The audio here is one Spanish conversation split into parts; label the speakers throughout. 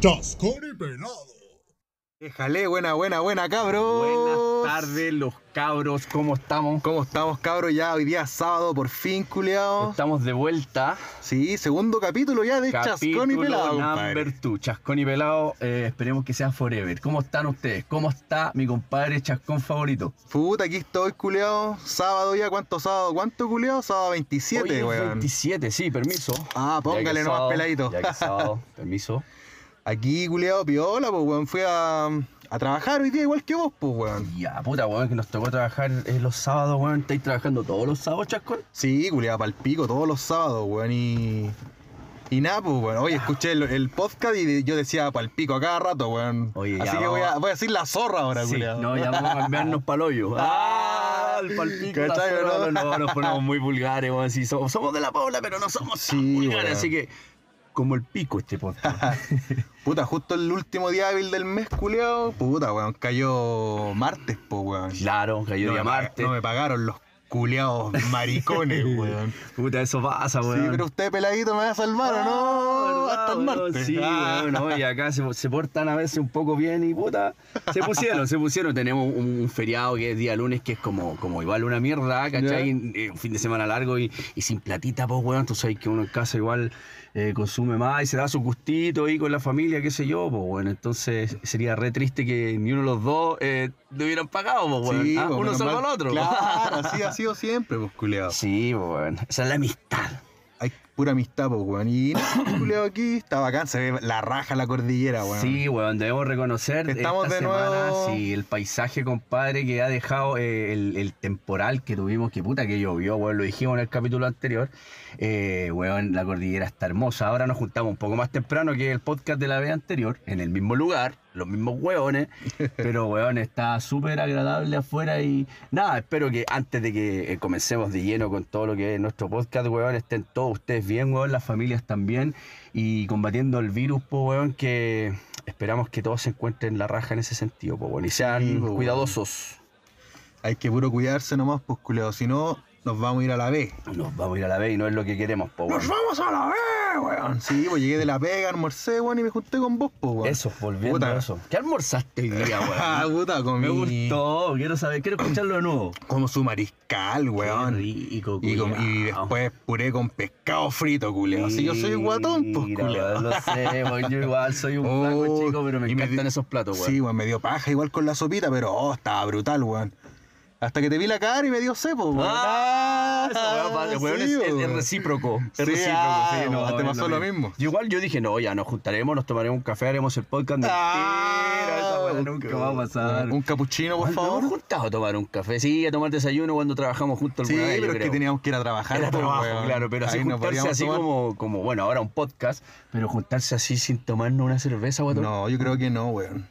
Speaker 1: Chascón y Pelado.
Speaker 2: Déjale, buena, buena, buena, cabros.
Speaker 3: Buenas tardes, los cabros, ¿cómo estamos?
Speaker 2: ¿Cómo estamos, cabros? Ya hoy día es sábado, por fin, culiados.
Speaker 3: Estamos de vuelta.
Speaker 2: Sí, segundo capítulo ya de Chascón y
Speaker 3: Capítulo
Speaker 2: Pelado. compadre.
Speaker 3: Number 2, Chascón y Pelado, eh, esperemos que sea forever. ¿Cómo están ustedes? ¿Cómo está mi compadre Chascón favorito?
Speaker 2: Puta, aquí estoy, culiado. Sábado ya, ¿cuánto sábado? ¿Cuánto, culiado? Sábado 27,
Speaker 3: Hoy es
Speaker 2: weón.
Speaker 3: 27, sí, permiso.
Speaker 2: Ah,
Speaker 3: Ya que
Speaker 2: póngale
Speaker 3: es
Speaker 2: nomás
Speaker 3: sábado,
Speaker 2: peladito.
Speaker 3: Ya que es sábado, permiso.
Speaker 2: Aquí, culiado, piola, pues, weón. Fui a, a trabajar hoy día igual que vos, pues, weón.
Speaker 3: Ya, puta, weón, que nos tocó trabajar eh, los sábados, weón. ¿Estáis trabajando todos los sábados, Chascón?
Speaker 2: Sí, culiado, pal pico todos los sábados, weón. Y. Y nada, pues, weón. Hoy escuché el, el podcast y de- yo decía pal pico a cada rato, weón.
Speaker 3: Oye, ya
Speaker 2: Así que
Speaker 3: vamos.
Speaker 2: voy a, voy a decir la zorra ahora,
Speaker 3: sí,
Speaker 2: culiado.
Speaker 3: no, ya vamos a cambiarnos pa'l hoyo. ¡Ah! El palpito. la
Speaker 2: ¿Cachai, no?
Speaker 3: zorra, no, no, nos ponemos muy vulgares, weón. Sí, somos, somos de la pobla, pero no somos tan
Speaker 2: Sí,
Speaker 3: vulgares,
Speaker 2: weón.
Speaker 3: así que como el pico este podcast.
Speaker 2: Puta, justo el último día hábil del mes, culiado. Puta, weón, cayó martes, po, weón.
Speaker 3: Claro, cayó
Speaker 2: no,
Speaker 3: día
Speaker 2: me pa-
Speaker 3: martes.
Speaker 2: no me pagaron los culiados maricones, weón.
Speaker 3: Puta, eso pasa,
Speaker 2: Sí,
Speaker 3: weón.
Speaker 2: pero usted peladito me va a salvar, ¿o no?
Speaker 3: Ah,
Speaker 2: Hasta el
Speaker 3: verdad,
Speaker 2: martes.
Speaker 3: Sí,
Speaker 2: Ah.
Speaker 3: weón, no, y acá se, se portan a veces un poco bien y puta. Se pusieron, se pusieron. Tenemos un, un feriado que es día lunes, que es como, como igual una mierda, ¿cachai? Eh, Un fin de semana largo y, y sin platita, pues, weón. Tú sabes que uno en casa igual eh, consume más y se da su gustito ahí con la familia, qué sé yo, pues, bueno. Entonces sería re triste que ni uno de los dos eh, le hubieran pagado, pues, weón.
Speaker 2: Sí,
Speaker 3: Ah,
Speaker 2: pues,
Speaker 3: uno
Speaker 2: menos
Speaker 3: sacó
Speaker 2: mal.
Speaker 3: al otro.
Speaker 2: Claro, así ha sido siempre, pues, culiado.
Speaker 3: Sí, pues, weón. Esa es la amistad.
Speaker 2: Hay pura amistad, pues, weón. Y culiado aquí está bacán, se ve la raja la cordillera, weón.
Speaker 3: Sí, weón, debemos reconocer
Speaker 2: Estamos
Speaker 3: esta
Speaker 2: de
Speaker 3: semana,
Speaker 2: nuevo-
Speaker 3: sí, el paisaje, compadre, que ha dejado eh, el, el temporal que tuvimos, que puta que llovió, weón, lo dijimos en el capítulo anterior, eh, weón, la cordillera está hermosa, ahora nos juntamos un poco más temprano que el podcast de la vez anterior, en el mismo lugar, los mismos weones, pero weón, está súper agradable afuera y nada, espero que antes de que eh, comencemos de lleno con todo lo que es nuestro podcast, weón, estén todos ustedes bien, weón, las familias también y combatiendo el virus, po, weón, que esperamos que todos se encuentren la raja en ese sentido, po, weón, y sean
Speaker 2: Sí, po, weón.
Speaker 3: cuidadosos.
Speaker 2: Hay que puro cuidarse nomás, pues, culiado. Si no, nos vamos a ir a la B.
Speaker 3: Nos vamos a ir a la B y no es lo que queremos, po, weón.
Speaker 2: vamos a la B, weón! Sí, pues llegué de la pega, almorcé, weón, y me junté con vos, pues, weón.
Speaker 3: Eso, volviendo
Speaker 2: Puta.
Speaker 3: a eso. ¿Qué almorzaste hoy día,
Speaker 2: Ah,
Speaker 3: weón?
Speaker 2: puta, comí.
Speaker 3: Me gustó, quiero saber, quiero escucharlo de nuevo.
Speaker 2: Como su mariscal, weón.
Speaker 3: Qué rico,
Speaker 2: Y, com- y
Speaker 3: culiao.
Speaker 2: después puré con pescado frito, culiao. Si yo soy guatón, pues,
Speaker 3: Mira,
Speaker 2: culiao.
Speaker 3: weón, Lo sé, weón, yo igual soy un
Speaker 2: Oh,
Speaker 3: flaco chico, pero me
Speaker 2: y me
Speaker 3: encantan
Speaker 2: di-
Speaker 3: esos platos, weón.
Speaker 2: Sí, weón, me dio paja igual con la sopita, pero oh, estaba brutal, weón. Hasta que te vi la cara y me dio cepo, weón.
Speaker 3: Ah, eso,
Speaker 2: Ah,
Speaker 3: weón, vale, weón,
Speaker 2: sí,
Speaker 3: es, es- es
Speaker 2: weón.
Speaker 3: recíproco. Es
Speaker 2: Sí,
Speaker 3: recíproco,
Speaker 2: ah,
Speaker 3: sí, no,
Speaker 2: weón, te
Speaker 3: es
Speaker 2: pasó lo mismo.
Speaker 3: Yo igual yo dije, no, ya nos juntaremos, nos tomaremos un café, haremos el podcast. Mentira, esa weá Ah, nunca va a pasar.
Speaker 2: Ah, Un, capuchino, por
Speaker 3: Weón, nos hemos
Speaker 2: favor.
Speaker 3: juntado a tomar un café, sí, a tomar desayuno cuando trabajamos juntos
Speaker 2: Sí,
Speaker 3: alguna vez, yo
Speaker 2: pero es que
Speaker 3: creo.
Speaker 2: teníamos que ir a trabajar.
Speaker 3: Era
Speaker 2: pues,
Speaker 3: trabajo,
Speaker 2: weón.
Speaker 3: claro, pero así
Speaker 2: Ahí no
Speaker 3: juntarse
Speaker 2: podíamos
Speaker 3: así
Speaker 2: tomar-
Speaker 3: como, como, bueno, ahora un podcast, pero juntarse así sin tomarnos una cerveza, guatón.
Speaker 2: No, yo creo que no, weón.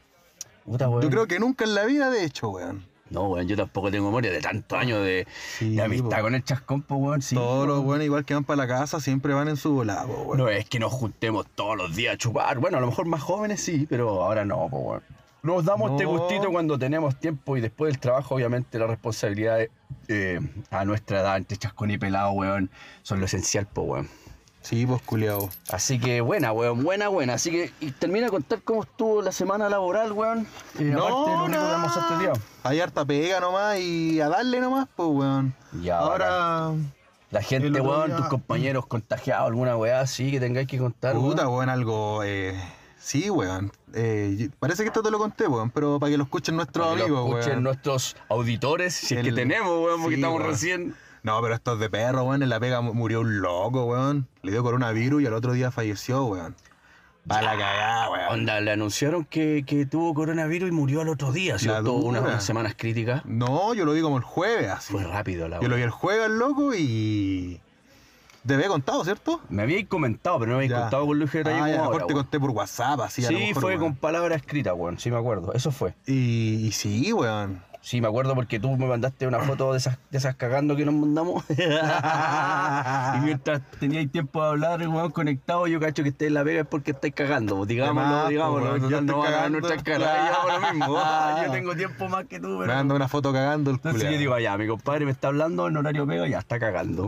Speaker 3: Puta, weón.
Speaker 2: Yo creo que nunca en la vida, de hecho, weón.
Speaker 3: No, weón, yo tampoco tengo memoria de tantos años de,
Speaker 2: Sí,
Speaker 3: de amistad
Speaker 2: po.
Speaker 3: con el chascón, po, weón. Sí,
Speaker 2: Todos los weones igual que van para la casa siempre van en su volado, weón.
Speaker 3: No es que nos juntemos todos los días a chupar. Bueno, a lo mejor más jóvenes sí, pero ahora no, po, weón. Nos damos este
Speaker 2: No.
Speaker 3: gustito cuando tenemos tiempo y después del trabajo, obviamente, las responsabilidades eh, a nuestra edad, entre chascón y pelado, weón, son lo esencial, po, weón.
Speaker 2: Sí, pues, culiao.
Speaker 3: Así que buena, weón, buena, buena. Así que y termina de contar cómo estuvo la semana laboral, weón. Eh, aparte de lo rico que almorzaste el este día.
Speaker 2: Hay harta pega nomás y a darle nomás, pues, weón.
Speaker 3: Ya,
Speaker 2: Ahora,
Speaker 3: La gente,
Speaker 2: El otro
Speaker 3: weón,
Speaker 2: día-
Speaker 3: tus compañeros contagiados, alguna weá así que tengáis que contar.
Speaker 2: puta,
Speaker 3: weón.
Speaker 2: weón, algo. eh, sí, weón. Eh, y- parece que esto te lo conté, weón, pero para que lo escuchen nuestros
Speaker 3: Para que lo
Speaker 2: amigos,
Speaker 3: escuchen
Speaker 2: weón.
Speaker 3: nuestros auditores, si es que
Speaker 2: El-
Speaker 3: tenemos, weón, porque
Speaker 2: sí,
Speaker 3: estamos
Speaker 2: weón.
Speaker 3: recién.
Speaker 2: No, pero estos de perro, weón. En la pega mu- murió un loco, weón. Le dio coronavirus y al otro día falleció, weón. Va la cagada, weón.
Speaker 3: Onda, le anunciaron que, que tuvo coronavirus y murió al otro día, ¿cierto?
Speaker 2: dura.
Speaker 3: Una- unas semanas críticas.
Speaker 2: No, yo lo vi como el jueves, así.
Speaker 3: Fue rápido la
Speaker 2: Yo lo
Speaker 3: weá.
Speaker 2: vi el jueves al loco y. Te había contado, ¿cierto?
Speaker 3: Me habíais comentado, pero no me habéis
Speaker 2: Ya.
Speaker 3: contado con lujo de detalle
Speaker 2: Ah, ya,
Speaker 3: como
Speaker 2: mejor
Speaker 3: ahora,
Speaker 2: te
Speaker 3: weón.
Speaker 2: conté por WhatsApp, así a lo
Speaker 3: Sí,
Speaker 2: mejor,
Speaker 3: fue
Speaker 2: weón.
Speaker 3: con palabra escrita, weón, sí me acuerdo. Eso fue.
Speaker 2: Y, y sí, weón.
Speaker 3: Sí, me acuerdo porque tú me mandaste una foto de esas, de esas cagando que nos mandamos. y mientras teníais tiempo de hablar, weón, conectado, yo cacho que estés en la vega es porque estáis cagando. pues, Digámoslo,
Speaker 2: Además,
Speaker 3: digámoslo.
Speaker 2: pues, weón,
Speaker 3: total,
Speaker 2: yo estoy
Speaker 3: no van a ver
Speaker 2: cagando,
Speaker 3: nuestras
Speaker 2: claro, yo hago
Speaker 3: caras.
Speaker 2: lo mismo.
Speaker 3: yo tengo tiempo más que tú,
Speaker 2: Me
Speaker 3: pero...
Speaker 2: manda una foto cagando el
Speaker 3: Entonces
Speaker 2: culiao.
Speaker 3: yo digo, allá, mi compadre me está hablando en horario vega, ya está cagando.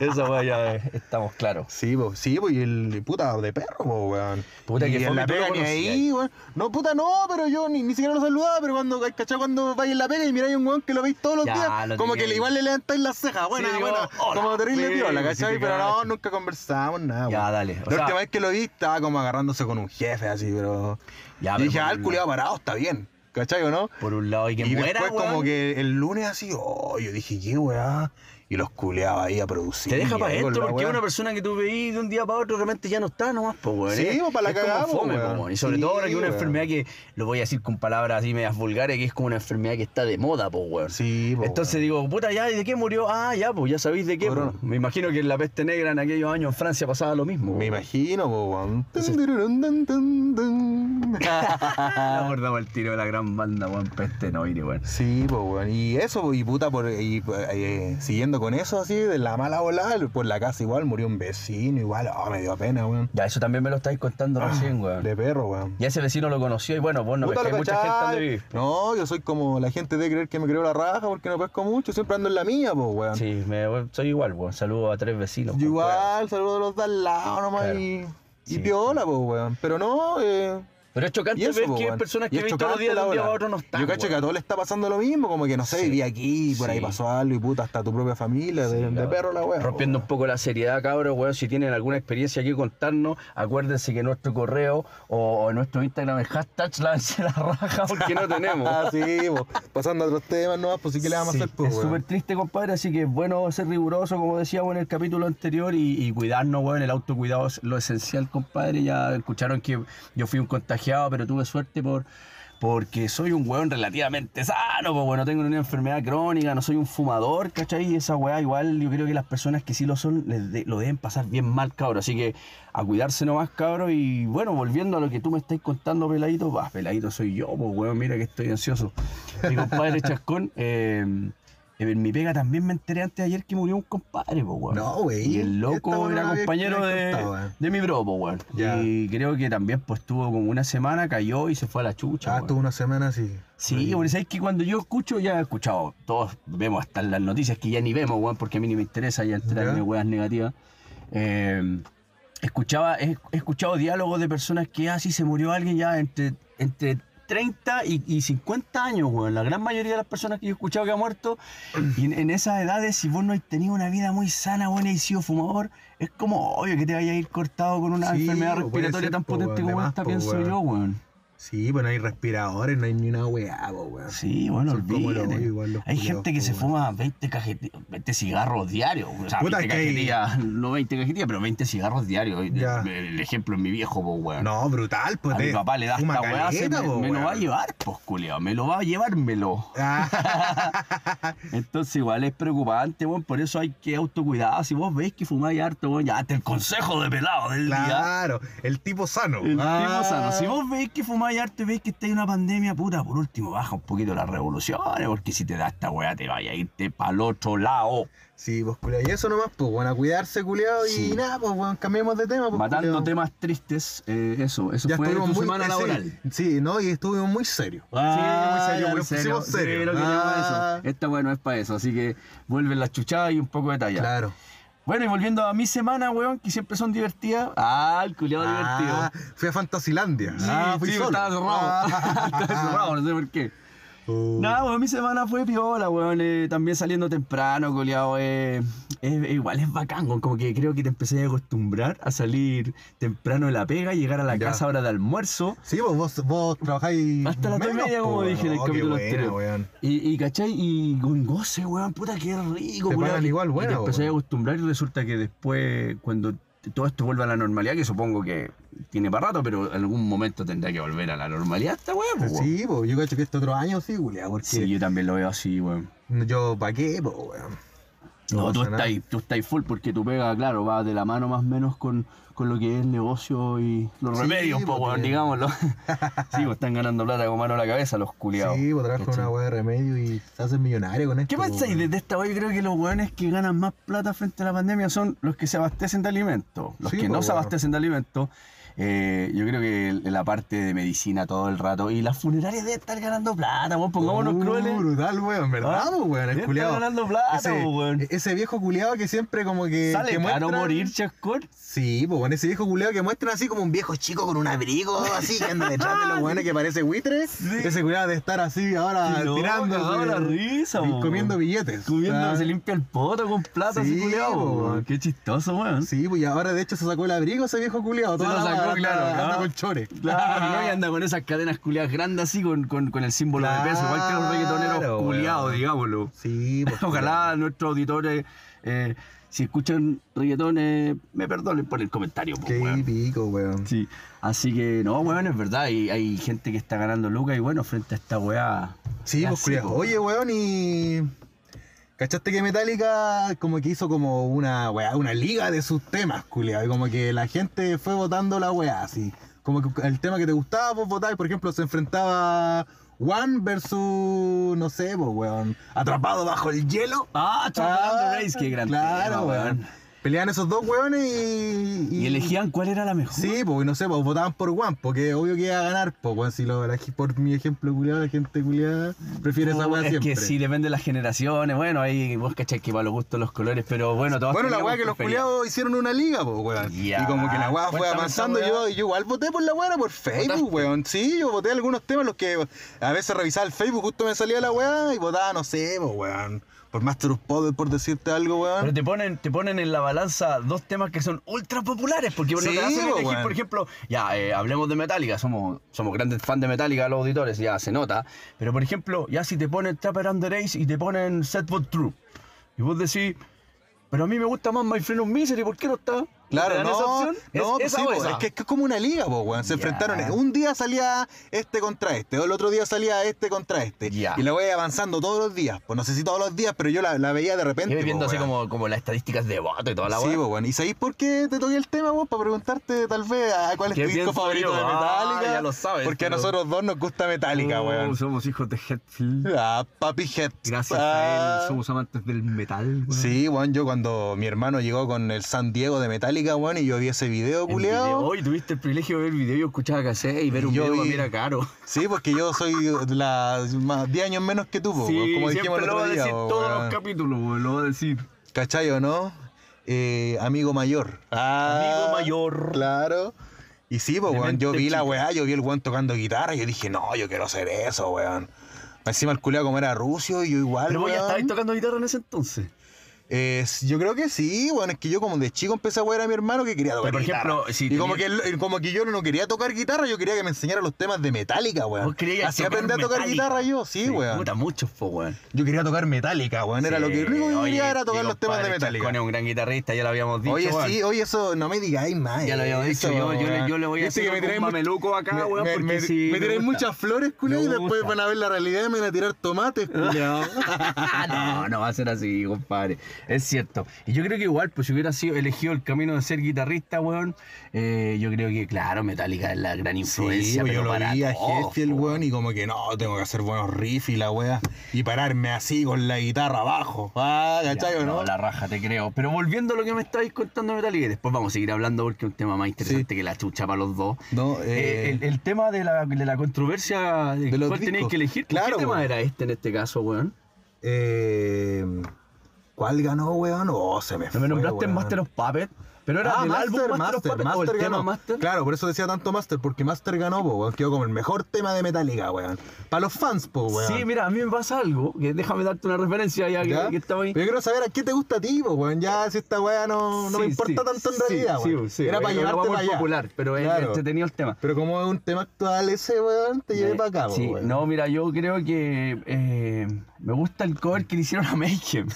Speaker 3: Eso, weón, ya eh, estamos claros.
Speaker 2: Sí, pues, sí, pues, y el puta de perro, po, weón.
Speaker 3: Puta,
Speaker 2: y
Speaker 3: que
Speaker 2: en
Speaker 3: fome, pues,
Speaker 2: la
Speaker 3: tú lo
Speaker 2: pega ni
Speaker 3: conocías.
Speaker 2: ahí, weón. No, puta, no, pero yo ni, ni siquiera lo saludaba, pero cuando, ¿cachai? Cuando vais en la pega y miráis a un weón que lo veis todos los
Speaker 3: Ya, lo
Speaker 2: días, como
Speaker 3: tenía
Speaker 2: que
Speaker 3: ahí.
Speaker 2: igual le levantáis las cejas, bueno,
Speaker 3: digo,
Speaker 2: bueno,
Speaker 3: hola.
Speaker 2: como terrible
Speaker 3: Sí,
Speaker 2: piola,
Speaker 3: pues, sí
Speaker 2: ¿cachai?
Speaker 3: te
Speaker 2: pero
Speaker 3: cacho.
Speaker 2: no, nunca conversamos, nada,
Speaker 3: Ya,
Speaker 2: weón.
Speaker 3: dale.
Speaker 2: la
Speaker 3: O sea,
Speaker 2: última vez que lo vi estaba como agarrándose con un jefe, así, pero...
Speaker 3: ya,
Speaker 2: y
Speaker 3: pero
Speaker 2: dije,
Speaker 3: por
Speaker 2: ah, el
Speaker 3: un
Speaker 2: culiao
Speaker 3: lado-
Speaker 2: parado, está bien, ¿cachai o no?
Speaker 3: Por un lado, y que
Speaker 2: y
Speaker 3: muera,
Speaker 2: después como
Speaker 3: weón.
Speaker 2: que el lunes así, oh, yo dije, qué weá, y los culeaba ahí a producir.
Speaker 3: Te deja
Speaker 2: y
Speaker 3: para
Speaker 2: ahí con
Speaker 3: esto
Speaker 2: la
Speaker 3: porque
Speaker 2: weá.
Speaker 3: una persona que tú veís de un día para otro realmente ya no está nomás, po, weón.
Speaker 2: Sí,
Speaker 3: ¿eh?
Speaker 2: po, pa' la
Speaker 3: Es como
Speaker 2: cagá, po,
Speaker 3: fome, po,
Speaker 2: weón.
Speaker 3: weón. Y sobre
Speaker 2: Sí,
Speaker 3: todo ahora que una
Speaker 2: weón.
Speaker 3: enfermedad que, lo voy a decir con palabras así medias vulgares, que es como una enfermedad que está de moda, po, weón.
Speaker 2: Sí, po,
Speaker 3: Entonces
Speaker 2: weón.
Speaker 3: digo, puta, ya, ¿y de qué murió? Ah, ya, pues ya sabéis de qué. po.
Speaker 2: Corona.
Speaker 3: Me imagino que en la peste negra en aquellos años en Francia pasaba lo mismo.
Speaker 2: Me
Speaker 3: po.
Speaker 2: imagino, po, weón.
Speaker 3: Entonces-
Speaker 2: Tun, tun, tun, tun.
Speaker 3: Ah, acordaba el tiro de la gran banda, weón, peste noire, weón.
Speaker 2: Sí, po, weón. Y eso, po, y puta, por, y, eh, siguiendo con eso así, de la mala volada, por la casa igual murió un vecino, igual, oh, me dio pena, weón.
Speaker 3: Ya, eso también me lo estáis contando recién, Ah, weón.
Speaker 2: Ah, De perro, weón.
Speaker 3: Ya ese vecino lo conoció y bueno, vos no
Speaker 2: Puta,
Speaker 3: pescáis
Speaker 2: lo
Speaker 3: mucha gente
Speaker 2: cachai.
Speaker 3: donde vivís.
Speaker 2: No, yo soy como la gente de creer que me creo la raja porque no pesco mucho, siempre ando en la mía, po, weón.
Speaker 3: Sí, me, soy igual, weón. Saludo a tres vecinos.
Speaker 2: Yo
Speaker 3: con cueva.
Speaker 2: igual, saludo a los de al lado nomás
Speaker 3: Claro.
Speaker 2: y, y
Speaker 3: Sí.
Speaker 2: piola, pues, weón. Pero no, eh,
Speaker 3: Pero es chocante
Speaker 2: y eso,
Speaker 3: ver
Speaker 2: po,
Speaker 3: que hay
Speaker 2: weón.
Speaker 3: personas
Speaker 2: Y
Speaker 3: que
Speaker 2: es
Speaker 3: ven todos los
Speaker 2: chocante
Speaker 3: días de
Speaker 2: la
Speaker 3: un día
Speaker 2: ola.
Speaker 3: para otro no están.
Speaker 2: Yo cacho que a
Speaker 3: weón.
Speaker 2: todos le está pasando lo mismo, como que no sé,
Speaker 3: Sí.
Speaker 2: viví aquí, por ahí
Speaker 3: Sí.
Speaker 2: pasó algo y puta, hasta tu propia familia, de,
Speaker 3: Sí,
Speaker 2: de
Speaker 3: la-
Speaker 2: perro la weón.
Speaker 3: Rompiendo un poco la seriedad, cabros, weón. Si tienen alguna experiencia que contarnos, acuérdense que nuestro correo o, o nuestro Instagram es hashtag lávense la raja porque no tenemos.
Speaker 2: Ah, sí, po. pasando a otros temas nomás, pues sí que le vamos
Speaker 3: Sí,
Speaker 2: a hacer, pues,
Speaker 3: es súper
Speaker 2: weón.
Speaker 3: triste, compadre, así que es bueno ser riguroso, como decíamos en el capítulo anterior, y, y cuidarnos, weón, el autocuidado es lo esencial, compadre. Ya escucharon que yo fui un contagiado, pero tuve suerte por porque soy un weón relativamente sano, pues bueno, tengo una enfermedad crónica, no soy un fumador, ¿cachai? Y esa weá igual yo creo que las personas que sí lo son les de- lo deben pasar bien mal, cabro. Así que a cuidarse nomás, cabro. Y bueno, volviendo a lo que tú me estás contando, peladito, vas, peladito soy yo, pues weón, mira que estoy ansioso. Mi compadre Chascón, eh, en mi pega también me enteré antes de ayer que murió un compadre, pues weón.
Speaker 2: No, wey.
Speaker 3: Y el
Speaker 2: Esta weá
Speaker 3: loco
Speaker 2: no
Speaker 3: era
Speaker 2: la había-
Speaker 3: compañero
Speaker 2: no la
Speaker 3: de,
Speaker 2: había contado, weón.
Speaker 3: de mi bro, po, weón.
Speaker 2: Ya.
Speaker 3: Y creo que también pues estuvo como una semana, cayó y se fue a la chucha.
Speaker 2: Ah,
Speaker 3: weón.
Speaker 2: tuvo una semana así.
Speaker 3: Sí, porque sabéis que cuando yo escucho, ya he escuchado, todos vemos hasta en las noticias que ya ni vemos, weón, porque a mí ni me interesa ya enterarme
Speaker 2: Ya.
Speaker 3: weas negativas. Eh, escuchaba, he, he escuchado diálogos de personas que así se murió alguien ya entre, entre 30 y, y 50 años, weón. La gran mayoría de las personas que yo he escuchado que ha muerto, y en, en esas edades, si vos no has tenido una vida muy sana, weón, y sido fumador, es como obvio que te vaya a ir cortado con una
Speaker 2: Sí,
Speaker 3: enfermedad
Speaker 2: o puede
Speaker 3: respiratoria
Speaker 2: ser,
Speaker 3: tan
Speaker 2: po, weón,
Speaker 3: potente
Speaker 2: de
Speaker 3: como
Speaker 2: más,
Speaker 3: esta,
Speaker 2: po,
Speaker 3: pienso
Speaker 2: weón.
Speaker 3: yo, weón.
Speaker 2: Sí, pues no hay respiradores, no hay ni una weá, po, weón.
Speaker 3: Sí, bueno,
Speaker 2: Son como los-
Speaker 3: olvídate.
Speaker 2: igual los
Speaker 3: Hay
Speaker 2: culiados,
Speaker 3: gente que
Speaker 2: po,
Speaker 3: se
Speaker 2: weón.
Speaker 3: fuma 20, cajeti- 20 cigarros diarios. O sea,
Speaker 2: Puta,
Speaker 3: 20
Speaker 2: es que hay-
Speaker 3: cajetillas, no 20 cajetillas, pero 20 cigarros diarios. Y-
Speaker 2: Ya.
Speaker 3: El ejemplo es mi viejo, pues, weón.
Speaker 2: No, brutal, pues.
Speaker 3: a mi
Speaker 2: de-
Speaker 3: papá le da
Speaker 2: fuma
Speaker 3: esta weá, se
Speaker 2: caleta,
Speaker 3: me,
Speaker 2: po,
Speaker 3: me lo
Speaker 2: weón.
Speaker 3: va a llevar, pues, culiao. Me lo va a llevármelo.
Speaker 2: Ah,
Speaker 3: Entonces, igual es preocupante, weón. Por eso hay que autocuidar. Si vos veis que fumáis harto, weón, ya te el consejo de pelado del día.
Speaker 2: claro, el tipo sano.
Speaker 3: El
Speaker 2: Ah.
Speaker 3: tipo sano. Si vos veis que fumáis harto y veis que está en una pandemia, puta, por último baja un poquito las revoluciones, porque si te da esta weá te vaya a irte para el otro lado.
Speaker 2: Sí, pues culiao. Y eso nomás, pues, bueno, a cuidarse, culiado.
Speaker 3: Sí.
Speaker 2: Y nada, pues, bueno, cambiemos de tema. Pues,
Speaker 3: Matando
Speaker 2: culiao.
Speaker 3: temas tristes, eh, eso, eso
Speaker 2: Ya
Speaker 3: fue tu
Speaker 2: estuvimos muy
Speaker 3: semana
Speaker 2: eh, sí,
Speaker 3: laboral. Ah,
Speaker 2: Sí, no, y estuvimos muy serios.
Speaker 3: sí, muy serio,
Speaker 2: ya
Speaker 3: muy
Speaker 2: nos
Speaker 3: serio.
Speaker 2: pusimos serios.
Speaker 3: Sí, lo que llamo
Speaker 2: Ah,
Speaker 3: eso. Esta weá no es para eso, así que vuelven las chuchadas y un poco de talla.
Speaker 2: Claro.
Speaker 3: Bueno, y volviendo a mi semana, weón, que siempre son divertidas. Ah, el culiado divertido.
Speaker 2: Ah, fui a Fantasilandia.
Speaker 3: Sí,
Speaker 2: ah, fui
Speaker 3: sí,
Speaker 2: solo.
Speaker 3: estaba cerrado.
Speaker 2: Ah.
Speaker 3: estaba cerrado, no sé por qué.
Speaker 2: Uh,
Speaker 3: Nada, weón, mi semana fue piola, weón. eh, también saliendo temprano, coleado. eh, es- es igual es bacán, weón, Como que creo que te empecé a acostumbrar a salir temprano de la pega, llegar a la
Speaker 2: Ya.
Speaker 3: casa a hora de almuerzo.
Speaker 2: Sí, pues vos, vos trabajáis.
Speaker 3: Hasta las dos y
Speaker 2: menos,
Speaker 3: media,
Speaker 2: pues,
Speaker 3: como
Speaker 2: weón.
Speaker 3: dije en el
Speaker 2: Oh, qué
Speaker 3: capítulo
Speaker 2: buena,
Speaker 3: anterior.
Speaker 2: weón.
Speaker 3: Y, y, ¿cachai? Y con goce, weón, puta, qué rico,
Speaker 2: Te
Speaker 3: culiao.
Speaker 2: pagan
Speaker 3: Y-
Speaker 2: igual,
Speaker 3: y
Speaker 2: buena,
Speaker 3: Te empecé a
Speaker 2: weón.
Speaker 3: acostumbrar y resulta que después, cuando t- todo esto vuelva a la normalidad, que supongo que tiene para rato, pero en algún momento tendrá que volver a la normalidad esta weá, pues, weón.
Speaker 2: Sí, pues yo cacho que este otro año sí, culiao, porque
Speaker 3: Sí, yo también lo veo así, weón.
Speaker 2: yo pa' qué, pues, weón.
Speaker 3: No,
Speaker 2: pasa
Speaker 3: tú
Speaker 2: nada.
Speaker 3: estás, tú estás full porque tu pega, claro, va de la mano más o menos con, con lo que es negocio y los
Speaker 2: Sí,
Speaker 3: remedios, po,
Speaker 2: porque-
Speaker 3: weón, digámoslo. sí, pues están ganando plata con mano a la cabeza los culiados.
Speaker 2: Sí, vos trabajas con
Speaker 3: ¿cachai?
Speaker 2: una weá de remedio y se hacen millonario con esto.
Speaker 3: ¿Qué
Speaker 2: po,
Speaker 3: pensáis
Speaker 2: weón.
Speaker 3: de de esta weá? Yo creo que los weones que ganan más plata frente a la pandemia son los que se abastecen de alimentos. Los
Speaker 2: Sí,
Speaker 3: que
Speaker 2: po,
Speaker 3: no se
Speaker 2: weón.
Speaker 3: abastecen de alimentos, eh, yo creo que el- la parte de medicina todo el rato y las funerarias deben estar ganando plata, weón, pongámonos
Speaker 2: Uh,
Speaker 3: crueles.
Speaker 2: brutal, weón, ¿verdad,
Speaker 3: Ah,
Speaker 2: po, weón? El
Speaker 3: deben estar
Speaker 2: culiao.
Speaker 3: ganando plata,
Speaker 2: Ese,
Speaker 3: po, weón.
Speaker 2: ese viejo culiado que siempre como que.
Speaker 3: Sale
Speaker 2: que
Speaker 3: caro
Speaker 2: muestran-
Speaker 3: morir, chascón.
Speaker 2: Sí, pues bueno, ese viejo culiado que muestran así como un viejo chico con un abrigo, así que anda detrás de los weones que parece buitre. Ese culiado de estar así ahora
Speaker 3: Sí, no,
Speaker 2: Ah, tirando. eh,
Speaker 3: cagado la risa, po,
Speaker 2: comiendo
Speaker 3: weón.
Speaker 2: billetes.
Speaker 3: Comiendo,
Speaker 2: Ah,
Speaker 3: se limpia el poto con plata
Speaker 2: Sí,
Speaker 3: así culiao,
Speaker 2: po,
Speaker 3: weón.
Speaker 2: weón.
Speaker 3: Qué chistoso, weón.
Speaker 2: Sí, pues y ahora de hecho se sacó el abrigo ese viejo culiado.
Speaker 3: Se lo sacó, claro,
Speaker 2: Anda,
Speaker 3: claro.
Speaker 2: con chores.
Speaker 3: Claro, y hoy anda con esas cadenas culiadas grandes así, con, con, con el símbolo de peso, igual que los
Speaker 2: Claro,
Speaker 3: reggaetoneros culiados,
Speaker 2: weón.
Speaker 3: digámoslo.
Speaker 2: Sí, pues.
Speaker 3: Ojalá nuestros auditores, eh, si escuchan reggaetones, me perdonen por el comentario, po,
Speaker 2: Qué
Speaker 3: weón.
Speaker 2: pico, weón.
Speaker 3: Sí, así que no, weón, es verdad, y hay gente que está ganando lucas y bueno, frente a esta weá.
Speaker 2: Sí,
Speaker 3: ya
Speaker 2: pues
Speaker 3: sé,
Speaker 2: culiao.
Speaker 3: po,
Speaker 2: Oye, weón, y. ¿Cachaste que Metallica como que hizo como una weá, una liga de sus temas, culiao? Y como que la gente fue votando la weá, así. Como que el tema que te gustaba, vos votabas, por ejemplo, se enfrentaba One versus, no sé, pues, weón, atrapado bajo el hielo.
Speaker 3: Ah, Chocolate
Speaker 2: Ah,
Speaker 3: Race, qué gran
Speaker 2: Claro,
Speaker 3: tema,
Speaker 2: weón. Peleaban esos dos weones y.
Speaker 3: Y elegían cuál era la mejor.
Speaker 2: Sí, pues no sé, pues votaban por Juan, porque obvio que iba a ganar, pues weón, si lo, la- por mi ejemplo culiado, la gente culiada prefiere esa
Speaker 3: No,
Speaker 2: weá
Speaker 3: Oh, es
Speaker 2: siempre.
Speaker 3: que sí, depende de las generaciones. Bueno, ahí vos cachai que para los gustos los colores, pero bueno, todos
Speaker 2: bueno, la
Speaker 3: teníamos
Speaker 2: weá que los
Speaker 3: preferencia.
Speaker 2: culiados hicieron una liga, pues weón.
Speaker 3: Ya.
Speaker 2: Y como que la weá fue
Speaker 3: Cuéntame
Speaker 2: avanzando,
Speaker 3: esa
Speaker 2: yo,
Speaker 3: weá.
Speaker 2: yo igual voté por la weá, era por Facebook,
Speaker 3: ¿Votaste?
Speaker 2: weón. Sí, yo voté algunos temas, los que a veces revisaba el Facebook, justo me salía la weá y votaba, no sé, pues weón. Por Master of Puppets, por decirte algo,
Speaker 3: Pero
Speaker 2: weón.
Speaker 3: te ponen, te ponen en la balanza dos temas que son ultra populares, porque no
Speaker 2: Sí,
Speaker 3: te hacen
Speaker 2: po,
Speaker 3: elegir,
Speaker 2: weón.
Speaker 3: por ejemplo, ya, eh, hablemos de Metallica, somos, somos grandes fans de Metallica, los auditores, ya se nota, pero por ejemplo, ya si te ponen Trapper Under Ace y te ponen Set But True, y vos decís, pero a mí me gusta más My Friend of Misery, ¿por qué no está?
Speaker 2: Claro,
Speaker 3: ¿Te dan
Speaker 2: no,
Speaker 3: esa opción?
Speaker 2: no,
Speaker 3: ¿Es,
Speaker 2: pues
Speaker 3: esa
Speaker 2: sí,
Speaker 3: o
Speaker 2: pues,
Speaker 3: esa?
Speaker 2: es que es que es como una liga, pues, weón. Se
Speaker 3: Ya.
Speaker 2: enfrentaron, un día salía este contra este, el otro día salía este contra este.
Speaker 3: Ya.
Speaker 2: Y la voy avanzando todos los días, pues no sé si todos los días, pero yo la, la veía de repente.
Speaker 3: Yo voy viendo
Speaker 2: pues,
Speaker 3: así
Speaker 2: weón.
Speaker 3: como, como las estadísticas de voto y toda la
Speaker 2: sí,
Speaker 3: weá.
Speaker 2: pues, weón. ¿Y sabéis por qué te toqué el tema, vos? Para preguntarte tal vez a cuál es
Speaker 3: ¿Qué
Speaker 2: tu disco
Speaker 3: pienso
Speaker 2: favorito
Speaker 3: yo?
Speaker 2: de
Speaker 3: Ah,
Speaker 2: Metallica.
Speaker 3: ya lo sabes,
Speaker 2: Porque a
Speaker 3: pero-
Speaker 2: nosotros dos nos gusta Metallica,
Speaker 3: Oh,
Speaker 2: weón.
Speaker 3: Somos hijos de Hetfield.
Speaker 2: Ah, Papi Head.
Speaker 3: Gracias a
Speaker 2: Ah.
Speaker 3: él, somos amantes del metal. weón.
Speaker 2: Sí, weón, yo cuando mi hermano llegó con el San Diego de Metallica, weón, y yo vi ese video,
Speaker 3: El
Speaker 2: culeado.
Speaker 3: video. Hoy tuviste el privilegio de ver el video, yo escuchaba cassette y ver un
Speaker 2: Yo
Speaker 3: video
Speaker 2: vi-
Speaker 3: que era caro.
Speaker 2: Sí, porque yo soy la, más 10 años menos que tú, po, weón, como dijimos el
Speaker 3: lo
Speaker 2: otro
Speaker 3: va a
Speaker 2: día.
Speaker 3: decir
Speaker 2: po,
Speaker 3: todos
Speaker 2: weón.
Speaker 3: los capítulos, weón, lo va a decir.
Speaker 2: ¿Cachai o no? Eh, amigo mayor. Ah,
Speaker 3: Amigo mayor.
Speaker 2: Claro. Y sí, pues,
Speaker 3: De
Speaker 2: weón, yo
Speaker 3: mente
Speaker 2: vi la
Speaker 3: chica.
Speaker 2: weá, yo vi el weón tocando guitarra y yo dije, no, yo quiero hacer eso, weón. Encima el culiao como era ruso y yo igual,
Speaker 3: Pero vos ya
Speaker 2: weón.
Speaker 3: estabais tocando guitarra en ese entonces.
Speaker 2: Eh, yo creo que sí, bueno, es que yo como de chico empecé a wear a mi hermano que quería tocar
Speaker 3: por
Speaker 2: guitarra.
Speaker 3: ejemplo, si
Speaker 2: y
Speaker 3: tenía-
Speaker 2: como, que, él- como que yo no quería tocar guitarra, yo quería que me enseñara los temas de Metallica, weón.
Speaker 3: Vos querías
Speaker 2: Así
Speaker 3: tocar
Speaker 2: aprendí a tocar
Speaker 3: Metallica.
Speaker 2: guitarra yo, sí, weón.
Speaker 3: Puta, muchos, po, weón.
Speaker 2: Yo quería tocar Metallica, weón. Era lo que lo único que quería era tocar los temas de Metallica.
Speaker 3: Chacón es un gran guitarrista, ya lo habíamos dicho.
Speaker 2: Oye,
Speaker 3: weón.
Speaker 2: sí, oye, eso no me digáis más.
Speaker 3: Ya lo habíamos
Speaker 2: eh,
Speaker 3: dicho,
Speaker 2: eso,
Speaker 3: yo- yo le-
Speaker 2: weón.
Speaker 3: yo le voy a
Speaker 2: Viste
Speaker 3: hacer
Speaker 2: que me
Speaker 3: un
Speaker 2: tiráis mucho-
Speaker 3: mameluco acá,
Speaker 2: me-
Speaker 3: weón,
Speaker 2: me-
Speaker 3: porque
Speaker 2: me-
Speaker 3: sí,
Speaker 2: Me
Speaker 3: me
Speaker 2: tiráis
Speaker 3: gusta.
Speaker 2: muchas flores, culo,
Speaker 3: Me
Speaker 2: y después
Speaker 3: gusta.
Speaker 2: van a ver la realidad y me van a tirar tomates, culo.
Speaker 3: Ah, no, no va a ser así, compadre. Es cierto. Y yo creo que igual, pues si hubiera sido elegido el camino de ser guitarrista, weón, eh, yo creo que, claro, Metallica es la gran influencia.
Speaker 2: pues
Speaker 3: pero
Speaker 2: yo lo
Speaker 3: para
Speaker 2: vi a
Speaker 3: todos,
Speaker 2: Hetfield,
Speaker 3: po,
Speaker 2: weón, y como que no, tengo que hacer buenos riffs y la weá. Y pararme así con la guitarra abajo. Ah, ¿cachai
Speaker 3: Ya,
Speaker 2: o no?
Speaker 3: la raja, te creo. Pero volviendo a lo que me estabais contando, Metallica, y después vamos a seguir hablando porque es un tema más interesante que la chucha para los dos.
Speaker 2: No,
Speaker 3: Eh,
Speaker 2: eh,
Speaker 3: el, el tema de la, de la controversia de
Speaker 2: De los
Speaker 3: cuál tenéis
Speaker 2: discos.
Speaker 3: que elegir.
Speaker 2: Claro,
Speaker 3: ¿Qué tema
Speaker 2: weón.
Speaker 3: era este en este caso, weón?
Speaker 2: eh, ¿Cuál ganó, weón? Oh, se me
Speaker 3: No
Speaker 2: fue,
Speaker 3: me nombraste
Speaker 2: weón.
Speaker 3: Master of Puppet, pero era
Speaker 2: Ah,
Speaker 3: del
Speaker 2: Master,
Speaker 3: álbum Master, of
Speaker 2: Master,
Speaker 3: Puppet o
Speaker 2: Master
Speaker 3: el tema
Speaker 2: ganó.
Speaker 3: Master.
Speaker 2: Claro, por eso decía tanto Master, porque Master ganó, po, weón. Quedó como el mejor tema de Metallica, weón. Para los fans, po, weón.
Speaker 3: Sí, mira, a mí me pasa algo, que déjame darte una referencia ya, que-
Speaker 2: ¿Ya?
Speaker 3: que estaba ahí.
Speaker 2: Pero yo quiero saber a qué te gusta a ti, po, weón. Ya, si esta weá no, no me
Speaker 3: Sí,
Speaker 2: importa
Speaker 3: sí,
Speaker 2: tanto en
Speaker 3: sí,
Speaker 2: realidad,
Speaker 3: sí,
Speaker 2: weón.
Speaker 3: sí,
Speaker 2: Era
Speaker 3: weón,
Speaker 2: para
Speaker 3: era una
Speaker 2: llevarte
Speaker 3: weá
Speaker 2: para
Speaker 3: muy
Speaker 2: allá.
Speaker 3: popular, pero es
Speaker 2: Claro.
Speaker 3: entretenido el tema.
Speaker 2: Pero como es un tema actual ese, weón, te llevé
Speaker 3: Eh,
Speaker 2: para acá, po,
Speaker 3: sí,
Speaker 2: weón.
Speaker 3: no, mira, yo creo que eh, me gusta el cover que le hicieron a Mayhem.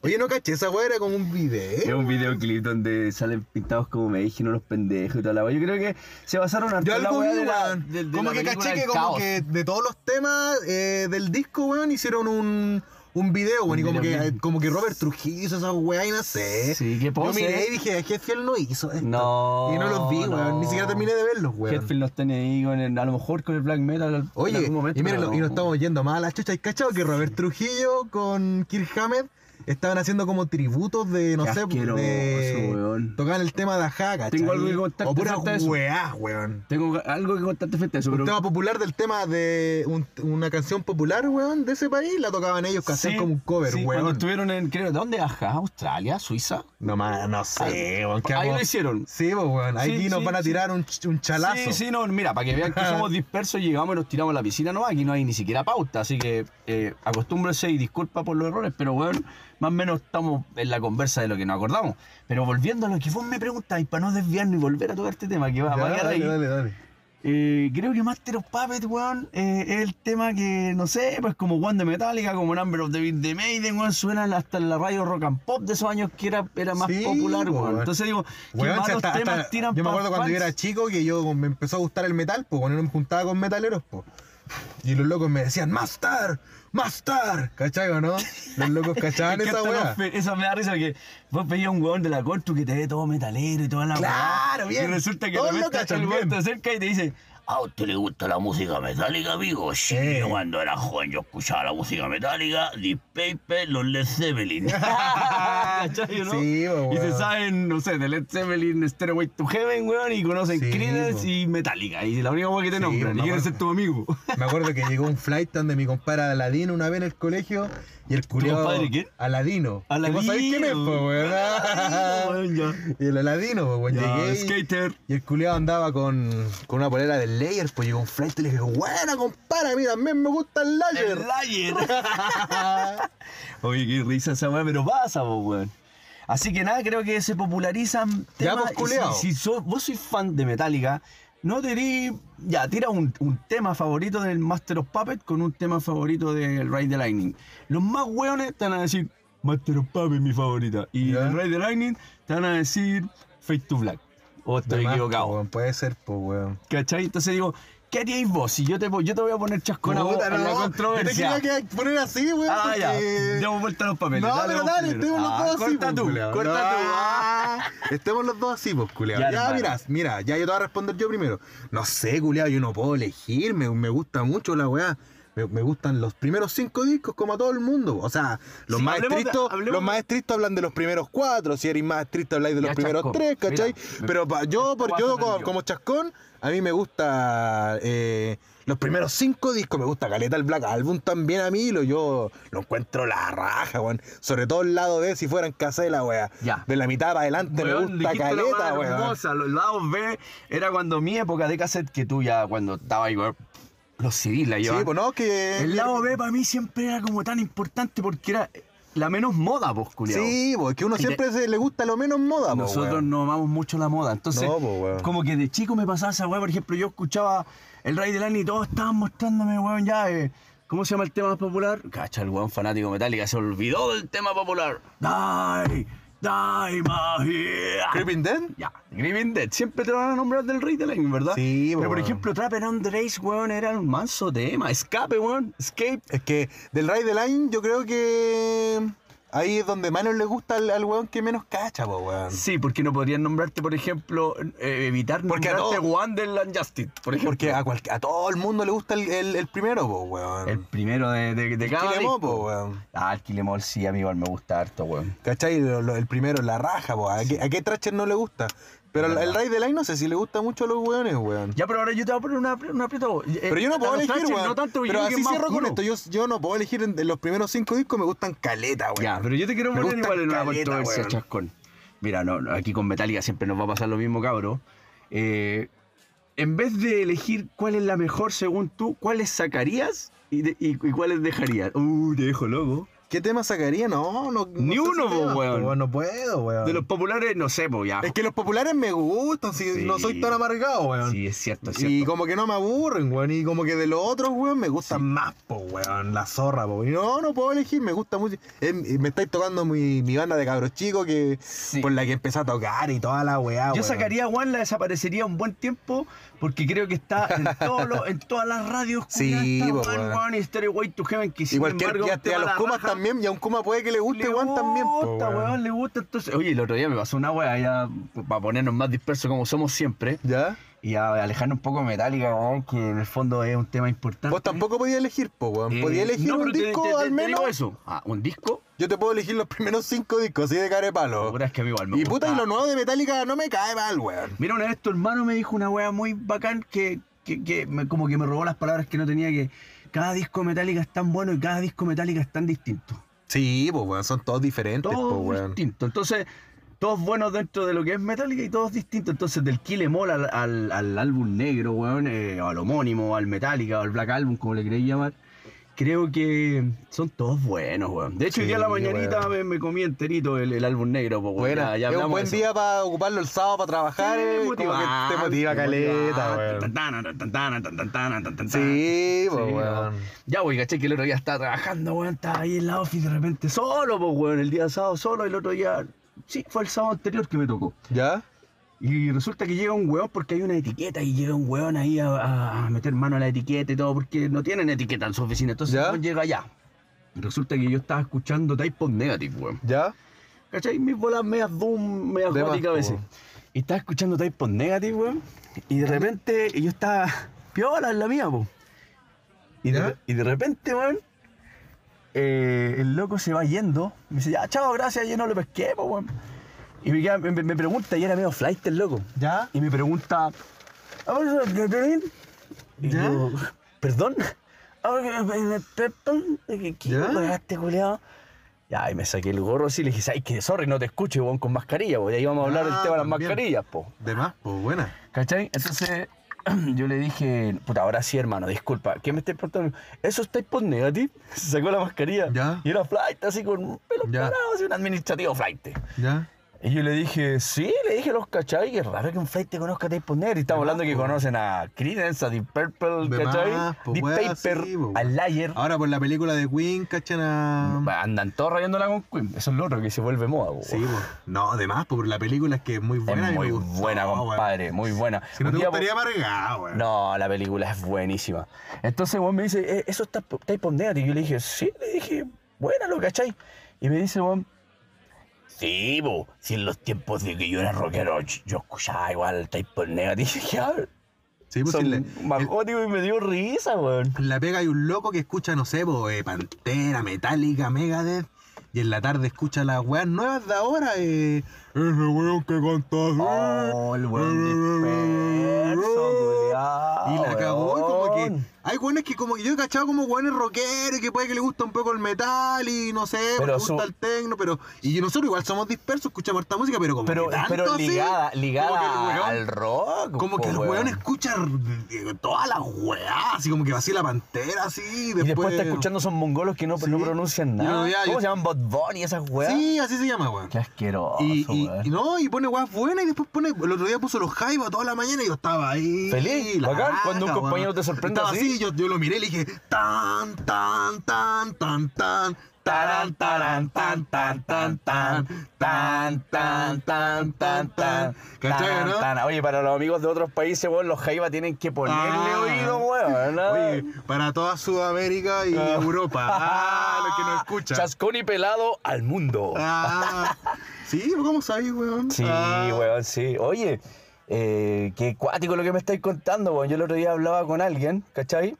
Speaker 2: Oye, no caché, esa weá era como un
Speaker 3: Es
Speaker 2: video.
Speaker 3: un videoclip donde salen pintados como Mayhem, unos pendejos y toda la wea. Yo creo que se basaron harto
Speaker 2: Yo
Speaker 3: en la
Speaker 2: algo
Speaker 3: wea
Speaker 2: vi,
Speaker 3: de la-
Speaker 2: weón.
Speaker 3: de- de
Speaker 2: como
Speaker 3: la
Speaker 2: que
Speaker 3: película
Speaker 2: caché que
Speaker 3: del
Speaker 2: como
Speaker 3: caos.
Speaker 2: que de todos los temas eh, del disco, weón, hicieron un, un video, weón. Y
Speaker 3: Un
Speaker 2: como
Speaker 3: video
Speaker 2: que, eh,
Speaker 3: bien.
Speaker 2: como que Robert Trujillo hizo esa weá y no sé.
Speaker 3: Sí, qué
Speaker 2: Yo
Speaker 3: pose.
Speaker 2: miré y dije, Hetfield no hizo esto.
Speaker 3: No,
Speaker 2: Y no los vi, weón. Ni
Speaker 3: no.
Speaker 2: siquiera terminé de verlos, weón.
Speaker 3: Headfield los tiene ahí, con el- a lo mejor con el black metal. al- en
Speaker 2: Oye,
Speaker 3: algún momento,
Speaker 2: y miren,
Speaker 3: pero
Speaker 2: y nos estamos yendo más a la chucha. ¿Has cachado que Robert Trujillo con Kirk Hammett estaban haciendo como tributos de, no
Speaker 3: Qué
Speaker 2: sé,
Speaker 3: asqueroso,
Speaker 2: de...
Speaker 3: weón.
Speaker 2: Tocaban el tema de Ajá, ¿cachai?
Speaker 3: Tengo algo que contarte
Speaker 2: O puras
Speaker 3: frente a eso.
Speaker 2: weás, weón.
Speaker 3: Tengo algo que contarte frente a eso,
Speaker 2: Un
Speaker 3: pero.
Speaker 2: tema popular del tema de un- una canción popular, weón, de ese país, la tocaban ellos, que hacían
Speaker 3: Sí,
Speaker 2: como un cover,
Speaker 3: sí, Cuando
Speaker 2: weón.
Speaker 3: estuvieron en, creo, ¿dónde? Ajá, Australia, Suiza.
Speaker 2: No, más, no sé, weón. ¿qué
Speaker 3: Ahí
Speaker 2: hago?
Speaker 3: lo hicieron.
Speaker 2: Sí, pues, weón. Aquí
Speaker 3: Sí,
Speaker 2: nos
Speaker 3: sí,
Speaker 2: van a
Speaker 3: sí.
Speaker 2: tirar un, ch- un chalazo.
Speaker 3: Sí, sí, no, mira, para que vean que
Speaker 2: Ajá.
Speaker 3: somos dispersos, llegamos y nos tiramos a la piscina, no, aquí no hay ni siquiera pauta, así que eh, acostúmbrense y disculpa por los errores, pero bueno, más o menos estamos en la conversa de lo que nos acordamos. Pero volviendo a lo que vos me preguntáis, para no desviarnos y volver a tocar este tema, que va
Speaker 2: Ya,
Speaker 3: a variar
Speaker 2: dale,
Speaker 3: ahí,
Speaker 2: dale, dale.
Speaker 3: eh, creo que Master of Puppet, weón, eh, es el tema que, no sé, pues como One de Metallica, como Number of the Beat de Maiden, weón, suenan hasta en la radio rock and pop de esos años que era, era más
Speaker 2: Sí,
Speaker 3: popular, weón.
Speaker 2: weón.
Speaker 3: Entonces digo, qué
Speaker 2: Weón, si
Speaker 3: malos
Speaker 2: hasta-
Speaker 3: temas
Speaker 2: hasta-
Speaker 3: tiran
Speaker 2: yo me
Speaker 3: pa'
Speaker 2: acuerdo cuando yo
Speaker 3: fans.
Speaker 2: era chico que yo me empezó a gustar el metal, pues cuando me juntaba con metaleros, pues. Y los locos me decían, Master, Master, ¿cachai o no? Los locos cachaban
Speaker 3: Es que
Speaker 2: esa
Speaker 3: hasta
Speaker 2: weá.
Speaker 3: los fe- Eso me da risa que vos veías un weón de la Cortu que te ve todo metalero y toda la
Speaker 2: Claro,
Speaker 3: weá,
Speaker 2: bien.
Speaker 3: Y resulta que
Speaker 2: Todos
Speaker 3: de
Speaker 2: lo
Speaker 3: repente
Speaker 2: cachan
Speaker 3: el weón
Speaker 2: bien.
Speaker 3: te acerca y te dice, "Ah, ¿a usted le gusta la música metálica, amigo? Sí,
Speaker 2: Eh.
Speaker 3: yo cuando era joven yo escuchaba la música metálica, Deep Paper, los Led Zeppelin. ¿Cachai, no?
Speaker 2: Sí, po,
Speaker 3: Y se
Speaker 2: weón.
Speaker 3: saben, no sé, de Led Zeppelin, Stairway to Heaven, weón, y conocen
Speaker 2: Sí,
Speaker 3: Creedence
Speaker 2: po.
Speaker 3: y Metallica. Y la única weón que te
Speaker 2: Sí,
Speaker 3: nombran,
Speaker 2: me
Speaker 3: y quieren
Speaker 2: acuerdo.
Speaker 3: ser tu amigo.
Speaker 2: Me acuerdo que llegó un flight donde mi compadre Aladino una vez en el colegio y el culiado.
Speaker 3: compadre quién?
Speaker 2: Aladino.
Speaker 3: A la
Speaker 2: ¿Vos sabés quién es, po, weón? Y el Aladino, po, weón.
Speaker 3: Ya,
Speaker 2: Llegué. y-
Speaker 3: skater.
Speaker 2: Y el culiado andaba con, con una polera del Layer, pues llegó un flight y le dije, bueno, compadre, a mí también me gusta el Layer.
Speaker 3: El Layer. Oye, qué risa esa weá, pero pasa, po, weón. Así que nada, creo que se popularizan
Speaker 2: Ya,
Speaker 3: temas.
Speaker 2: pues, culiao.
Speaker 3: y si, si sos- vos sois fan de Metallica, no te di. Ya, tira un, un tema favorito del Master of Puppet con un tema favorito del Ride the Lightning. Los más weones te van a decir Master of Puppet mi favorita. Y
Speaker 2: Ya.
Speaker 3: el Ride the Lightning te van a decir Fade to Black. O estoy
Speaker 2: De más,
Speaker 3: equivocado.
Speaker 2: po, weón, puede ser, pues, weón.
Speaker 3: ¿Cachai? Entonces digo, ¿qué haríais vos? Si yo te, po- yo te voy a poner chascón a vos
Speaker 2: Puta,
Speaker 3: en la
Speaker 2: no,
Speaker 3: controversia.
Speaker 2: Yo te quería que- poner así, weón.
Speaker 3: Ah, ya.
Speaker 2: porque-
Speaker 3: Demos vuelta a los papeles.
Speaker 2: No, pero
Speaker 3: vos
Speaker 2: dale,
Speaker 3: primero.
Speaker 2: estemos los
Speaker 3: Ah,
Speaker 2: dos así.
Speaker 3: Corta
Speaker 2: pues,
Speaker 3: tú,
Speaker 2: culiao.
Speaker 3: corta
Speaker 2: No.
Speaker 3: tú. Ah.
Speaker 2: Estemos los dos así, pues, culiao.
Speaker 3: Ya,
Speaker 2: Ya,
Speaker 3: hermano.
Speaker 2: mirás, mira, ya yo te voy a responder yo primero. No sé, culiao, yo no puedo elegir, me, me gusta mucho la weá. Me, me gustan los primeros cinco discos como a todo el mundo. O sea, los
Speaker 3: Sí,
Speaker 2: más
Speaker 3: hablemos de-
Speaker 2: estrictos,
Speaker 3: hablemos
Speaker 2: los
Speaker 3: de-
Speaker 2: más estrictos hablan de los primeros cuatro, si eres más estricto habláis de los
Speaker 3: Ya,
Speaker 2: primeros
Speaker 3: Chascón,
Speaker 2: tres, ¿cachai?
Speaker 3: mira,
Speaker 2: Pero pa- yo,
Speaker 3: esto
Speaker 2: por,
Speaker 3: va a
Speaker 2: yo
Speaker 3: sonar
Speaker 2: como,
Speaker 3: yo.
Speaker 2: como chascón, a mí me gusta eh, los primeros cinco discos, me gusta Caleta el Black Album también a mí, lo yo lo encuentro la raja, weón. Sobre todo el lado B, si fueran casela, weón.
Speaker 3: Ya.
Speaker 2: De la mitad para adelante
Speaker 3: Weón,
Speaker 2: me gusta
Speaker 3: dijiste la
Speaker 2: Caleta,
Speaker 3: weá
Speaker 2: weón.
Speaker 3: hermosa, Los lados B era cuando mi época de cassette, que tú ya cuando estaba ahí, weón, los CDs la
Speaker 2: Sí,
Speaker 3: llevaban.
Speaker 2: pues no, que...
Speaker 3: El lado B para mí siempre era como tan importante porque era la menos moda, pues, culiao.
Speaker 2: Sí, pues que uno
Speaker 3: Y te-
Speaker 2: siempre se le gusta lo menos moda, pues,
Speaker 3: Nosotros
Speaker 2: weón.
Speaker 3: no amamos mucho la moda. Entonces,
Speaker 2: No, po, weón.
Speaker 3: como que de chico me pasaba esa weá. Por ejemplo, yo escuchaba el Rey del Año y todos estaban mostrándome, weón, ya. eh, ¿Cómo se llama el tema más popular? Cacha, el weón fanático de Metallica se olvidó del tema popular. Die, die, magia.
Speaker 2: Creeping Dead?
Speaker 3: Ya, Grieving Dead. Siempre te lo van a nombrar del Rey del Año, ¿verdad?
Speaker 2: Sí, po,
Speaker 3: Pero por
Speaker 2: weón.
Speaker 3: ejemplo, Trapper on the Race, weón, era un manso tema. Escape, weón. Escape.
Speaker 2: Es que del Ray the Line yo creo que ahí es donde menos le gusta al, al weón que menos cacha, pues, weón.
Speaker 3: Sí, porque no podrían nombrarte, por ejemplo, eh, evitar
Speaker 2: Porque a
Speaker 3: nombrarte
Speaker 2: todos-
Speaker 3: Wonderland Justice, por ejemplo.
Speaker 2: Porque a, cual- a todo el mundo le gusta el, el- el primero, po, weón.
Speaker 3: El primero de, de, de cada
Speaker 2: Quilemó,
Speaker 3: disco.
Speaker 2: po, weón.
Speaker 3: Ah, el Quilemol sí, amigo, me gusta harto, weón.
Speaker 2: ¿Cachai? Lo- lo- el primero, la raja, po. ¿A, qué, a qué Thrasher no le gusta? Pero al- el Rey de Line no sé si le gusta mucho a los weones, weón.
Speaker 3: Ya, pero ahora yo te voy a poner una, una aprieta, vos. Eh,
Speaker 2: Pero yo
Speaker 3: a
Speaker 2: no puedo
Speaker 3: los
Speaker 2: elegir,
Speaker 3: Thrasher
Speaker 2: weón.
Speaker 3: No tanto, porque
Speaker 2: pero
Speaker 3: yo creo que
Speaker 2: así
Speaker 3: es más
Speaker 2: cierro con
Speaker 3: puro.
Speaker 2: esto. Yo, yo no puedo elegir en, en los primeros cinco discos, me gustan caleta, weón.
Speaker 3: Ya, pero yo te quiero
Speaker 2: Me
Speaker 3: poner
Speaker 2: gustan
Speaker 3: igual en una
Speaker 2: caleta,
Speaker 3: controversia,
Speaker 2: weón.
Speaker 3: chascón. Mira, no, no, aquí con Metallica siempre nos va a pasar lo mismo, cabro. Eh, en vez de elegir cuál es la mejor según tú, ¿cuáles sacarías y, de- y- y cuáles dejarías? Uh, te dejo loco.
Speaker 2: ¿Qué tema sacaría? No, no.
Speaker 3: Ni
Speaker 2: no sé
Speaker 3: uno,
Speaker 2: si
Speaker 3: po,
Speaker 2: temas,
Speaker 3: weón.
Speaker 2: No puedo, weón.
Speaker 3: De los populares, no sé, pues ya.
Speaker 2: Ah. Es que los populares me gustan, si
Speaker 3: Sí.
Speaker 2: no soy tan amargado, weón.
Speaker 3: Sí, es cierto, es cierto.
Speaker 2: Y como que no me aburren, weón. Y como que de los otros, weón, me gustan más, po, weón. La zorra, po. Y no, no puedo elegir, me gusta mucho. Eh, me estáis tocando mi, mi banda de cabros chicos que,
Speaker 3: Sí.
Speaker 2: por la que empecé a tocar y toda la weá,
Speaker 3: Yo
Speaker 2: weón.
Speaker 3: sacaría a Juan, la desaparecería un buen tiempo, porque creo que está en, todos los- en todas las radios.
Speaker 2: Sí,
Speaker 3: culiadas, está
Speaker 2: po,
Speaker 3: Juan,
Speaker 2: weón.
Speaker 3: Juan y Stairway to Heaven, que sin
Speaker 2: Y cualquier
Speaker 3: embargo,
Speaker 2: que
Speaker 3: un
Speaker 2: hasta
Speaker 3: tema
Speaker 2: a
Speaker 3: a
Speaker 2: los
Speaker 3: la
Speaker 2: Kumas
Speaker 3: raja,
Speaker 2: también, y a un Kuma puede que le guste,
Speaker 3: Le
Speaker 2: weón, también. po,
Speaker 3: gusta,
Speaker 2: weón.
Speaker 3: weón, le gusta. Entonces, oye, el otro día me pasó una weá, ya para ponernos más dispersos como somos siempre,
Speaker 2: ¿Ya?
Speaker 3: y a alejarnos un poco de Metallica, weón, que en el fondo es un tema importante.
Speaker 2: Vos tampoco podías elegir, po, weón.
Speaker 3: Eh,
Speaker 2: Podías elegir
Speaker 3: no,
Speaker 2: un
Speaker 3: pero te-
Speaker 2: disco
Speaker 3: te- te- te
Speaker 2: al
Speaker 3: digo
Speaker 2: menos.
Speaker 3: eso. Ah, un disco.
Speaker 2: Yo te puedo elegir los primeros cinco discos, así de cara de palo.
Speaker 3: Puta, es que a mí igual me
Speaker 2: Y puta,
Speaker 3: gusta.
Speaker 2: y lo nuevo de Metallica no me cae mal, weón.
Speaker 3: Mira, una vez tu hermano me dijo una wea muy bacán que, que, que me- como que me robó las palabras que no tenía que. Cada disco metálica es tan bueno y cada disco metálica es tan distinto.
Speaker 2: Sí, pues, weón, son todos diferentes, po,
Speaker 3: Todos
Speaker 2: weón.
Speaker 3: distintos. Entonces, todos buenos dentro de lo que es Metallica y todos distintos. Entonces, del Kill Em All al, al- al álbum negro, weón, eh, al homónimo, al Metallica, o al Black Album, como le queréis llamar. Creo que son todos buenos, weón. De hecho, hoy día en la
Speaker 2: Sí,
Speaker 3: mañanita
Speaker 2: weón.
Speaker 3: me, me comí enterito el, el álbum negro, pues, weón.
Speaker 2: Buena,
Speaker 3: Ya, ya
Speaker 2: es un
Speaker 3: hablamos
Speaker 2: buen
Speaker 3: de eso. pues,
Speaker 2: día para ocuparlo el sábado para trabajar, eh, como que te motiva caleta, weón.
Speaker 3: Sí.
Speaker 2: Sí, pues,
Speaker 3: Sí,
Speaker 2: weón.
Speaker 3: Ya, güey, caché que el otro día estaba trabajando, weón, estaba ahí en la office de repente solo, pues, weón, el día sábado solo, el otro día... Sí, fue el sábado anterior que me tocó.
Speaker 2: ¿Ya?
Speaker 3: Y resulta que llega un weón porque hay una etiqueta y llega un weón ahí a, a meter mano a la etiqueta y todo porque no tienen etiqueta en su oficina. Entonces
Speaker 2: ¿Ya?
Speaker 3: el weón llega allá. Y Resulta que yo estaba escuchando Type of Negative, weón.
Speaker 2: ¿Ya?
Speaker 3: ¿Cachai? Mis bolas medias doom, medias
Speaker 2: De más,
Speaker 3: góticas a
Speaker 2: po,
Speaker 3: veces.
Speaker 2: weón.
Speaker 3: Y estaba escuchando Type of Negative, weón. Y de repente y yo estaba piola en la mía, po. Y de,
Speaker 2: ¿Ya?
Speaker 3: re- y de repente, weón, eh, el loco se va yendo. Me dice, ya, chao, gracias, yo no lo pesqué, po, weón. Y me, queda- me, me pregunta, y era medio flight el loco.
Speaker 2: ¿Ya?
Speaker 3: Y me pregunta, "Ah, y
Speaker 2: ¿Ya?
Speaker 3: yo, ¿perdón? Ah, ¿Perdón? ¿Qué qué
Speaker 2: ¿Ya?
Speaker 3: weá, este culiao? Ya, y me saqué el gorro así y le dije, ay, que sorry, no te escucho, weón, con mascarilla, porque ahí vamos a hablar del
Speaker 2: Ah,
Speaker 3: tema de las
Speaker 2: también.
Speaker 3: mascarillas, po.
Speaker 2: De más, pues, buena.
Speaker 3: ¿Cachai? Entonces yo le dije, puta, ahora sí, hermano, disculpa, ¿qué me estás preguntando? ¿Eso está por negativo? Se sacó la mascarilla.
Speaker 2: Ya.
Speaker 3: Y era flight, así con pelo
Speaker 2: Ya.
Speaker 3: parado, así un administrativo flight.
Speaker 2: ¿Ya?
Speaker 3: Y yo le dije, sí, le dije a los cachai, que raro que un flight te conozca a Tape Negro. Y estamos
Speaker 2: De
Speaker 3: hablando que
Speaker 2: más, po.
Speaker 3: conocen a Creedence, a Deep Purple,
Speaker 2: De
Speaker 3: cachai,
Speaker 2: más, po,
Speaker 3: Deep
Speaker 2: pues, weá,
Speaker 3: Paper,
Speaker 2: sí, po,
Speaker 3: a
Speaker 2: weá.
Speaker 3: Liar.
Speaker 2: Ahora por la película de Queen, ¿cachan a...?
Speaker 3: Andan todos rayándola con Queen. Eso es lo otro que se vuelve moda, po.
Speaker 2: Sí, pues. No, de más, po, por la película es que es muy buena.
Speaker 3: Es
Speaker 2: y me
Speaker 3: muy
Speaker 2: gustó,
Speaker 3: buena,
Speaker 2: weón.
Speaker 3: compadre, muy buena.
Speaker 2: Si no
Speaker 3: Un
Speaker 2: te
Speaker 3: día, po-
Speaker 2: gustaría amargado, weón.
Speaker 3: No, la película es buenísima. Entonces, weón me dice, "Eh, ¿eso está po- Type of Negative? Y yo le dije, sí, le dije, buena, lo cachai. Y me dice, weón, sí, bo, si en los tiempos de que yo era rockero, yo- yo escuchaba igual Type of Negative. Y dije, ah,
Speaker 2: Sí, pues,
Speaker 3: son
Speaker 2: si le-
Speaker 3: más
Speaker 2: el-
Speaker 3: góticos y me dio risa, weón.
Speaker 2: en la pega hay un loco que escucha, no sé, po, eh, Pantera, Metallica, Megadeth. Y en la tarde escucha las weas nuevas de ahora. Eh, ese weón que cantó así.
Speaker 3: Oh, el weón
Speaker 2: eh,
Speaker 3: disperso,
Speaker 2: Y
Speaker 3: culiao,
Speaker 2: la cagó, y como que.
Speaker 3: Oh, weón.
Speaker 2: Hay weones que como que yo he cachado como weones rockeros y que puede que le gusta un poco el metal y no sé,
Speaker 3: Pero
Speaker 2: le
Speaker 3: su-
Speaker 2: gusta el tecno, pero. Y nosotros igual somos dispersos, escuchamos harta música, pero como.
Speaker 3: Pero,
Speaker 2: que tanto
Speaker 3: pero
Speaker 2: así,
Speaker 3: ligada,
Speaker 2: como que el
Speaker 3: ligada
Speaker 2: weón-
Speaker 3: al rock.
Speaker 2: Como
Speaker 3: po,
Speaker 2: que el weón escucha eh, todas las weas, así como que va así la pantera, así.
Speaker 3: Y después está escuchando esos mongolos que no,
Speaker 2: Sí.
Speaker 3: no pronuncian
Speaker 2: Yo,
Speaker 3: nada.
Speaker 2: ya,
Speaker 3: ¿Cómo
Speaker 2: yo-
Speaker 3: se llaman? Bot Bunny, esas weas.
Speaker 2: Sí, así se llama, weón.
Speaker 3: Qué asqueroso,
Speaker 2: Y, y-
Speaker 3: weón.
Speaker 2: y no, y pone weas buenas y después pone. El otro día puso los jaivas toda la mañana y yo estaba ahí.
Speaker 3: Feliz,
Speaker 2: la
Speaker 3: bacán,
Speaker 2: raja,
Speaker 3: cuando un
Speaker 2: weón.
Speaker 3: compañero te sorprende
Speaker 2: Estaba
Speaker 3: así.
Speaker 2: yo, yo lo miré y le dije. Tan, tan, tan, tan, tan. Tarán, tarán, tan, tan, tan, tan, tan, tan, tan, tan, tan. ¿Cachai,
Speaker 3: Tan,
Speaker 2: no?
Speaker 3: tan. Oye, para los amigos de otros países, weón, los jaivas tienen que ponerle
Speaker 2: Ah.
Speaker 3: oído, weón. ¿no?
Speaker 2: Oye, para toda Sudamérica y
Speaker 3: Ah.
Speaker 2: Europa. Ah, los que no escuchan.
Speaker 3: Chascón y pelado al mundo.
Speaker 2: Ah, sí, ¿cómo sabes, weón?
Speaker 3: Sí,
Speaker 2: Ah,
Speaker 3: weón, sí. Oye, eh, qué cuático lo que me estáis contando, weón. Yo el otro día hablaba con alguien, ¿cachai?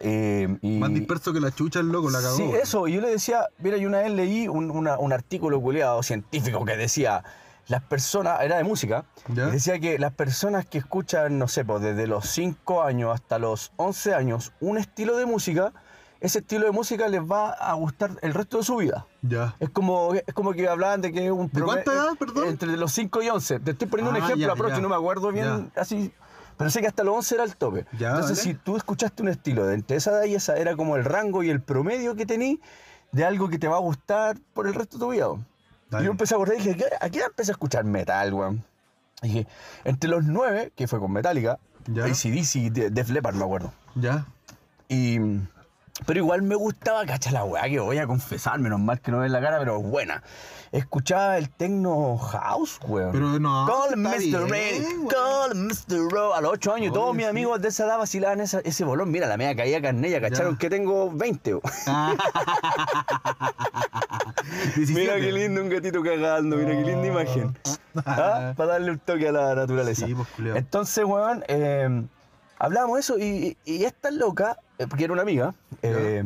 Speaker 3: Eh, y...
Speaker 2: Más disperso que la chucha el loco, la cagó.
Speaker 3: Sí,
Speaker 2: weón.
Speaker 3: eso. Y yo le decía, mira, yo una vez leí un, una- un artículo culiado científico que decía, las personas, era de música,
Speaker 2: ¿Ya?
Speaker 3: y decía que las personas que escuchan, no sé, pues desde los 5 años hasta los 11 años, un estilo de música, ese estilo de música les va a gustar el resto de su vida.
Speaker 2: Ya.
Speaker 3: Es como, es como que hablaban de que un
Speaker 2: ¿De
Speaker 3: prome-
Speaker 2: cuánta edad, perdón?
Speaker 3: Entre los 5 y 11. Te estoy poniendo un
Speaker 2: Ah,
Speaker 3: ejemplo,
Speaker 2: ya,
Speaker 3: aprox,
Speaker 2: ya.
Speaker 3: no me acuerdo bien, así. Pero sé que hasta los 11 era el tope.
Speaker 2: Ya,
Speaker 3: Entonces,
Speaker 2: vale.
Speaker 3: si tú escuchaste un estilo de entre esa edad y esa, era como el rango y el promedio que tení de algo que te va a gustar por el resto de tu vida. weón.
Speaker 2: Dale.
Speaker 3: Y yo empecé a acordar y dije, ¿qué- ¿a qué edad empecé a escuchar metal, weón? Y Dije, entre los 9, que fue con Metallica,
Speaker 2: Ya.
Speaker 3: ACDC, y De- Def Leppard, me acuerdo.
Speaker 2: Ya.
Speaker 3: Y Pero igual me gustaba, cacha la weá, que voy a confesar, menos mal que no ves la cara, pero es buena. Escuchaba el techno house, weón.
Speaker 2: Pero no,
Speaker 3: Call
Speaker 2: está
Speaker 3: Mr.
Speaker 2: bien,
Speaker 3: Ray,
Speaker 2: weón.
Speaker 3: call Mr. Rowe. A los 8 años, todos
Speaker 2: Oye,
Speaker 3: mis
Speaker 2: sí.
Speaker 3: amigos de esa edad vacilaban esa- ese bolón. Mira, la media caída carnella, cacharon
Speaker 2: Ya.
Speaker 3: que tengo 20. weón.
Speaker 2: 17.
Speaker 3: Mira qué lindo un gatito cagando, mira qué linda imagen. ¿Ah? Para darle un toque a la naturaleza.
Speaker 2: Sí, pues, culiao.
Speaker 3: Entonces, weón, eh, hablábamos eso y, y- y esta loca, eh, porque era una amiga, eh,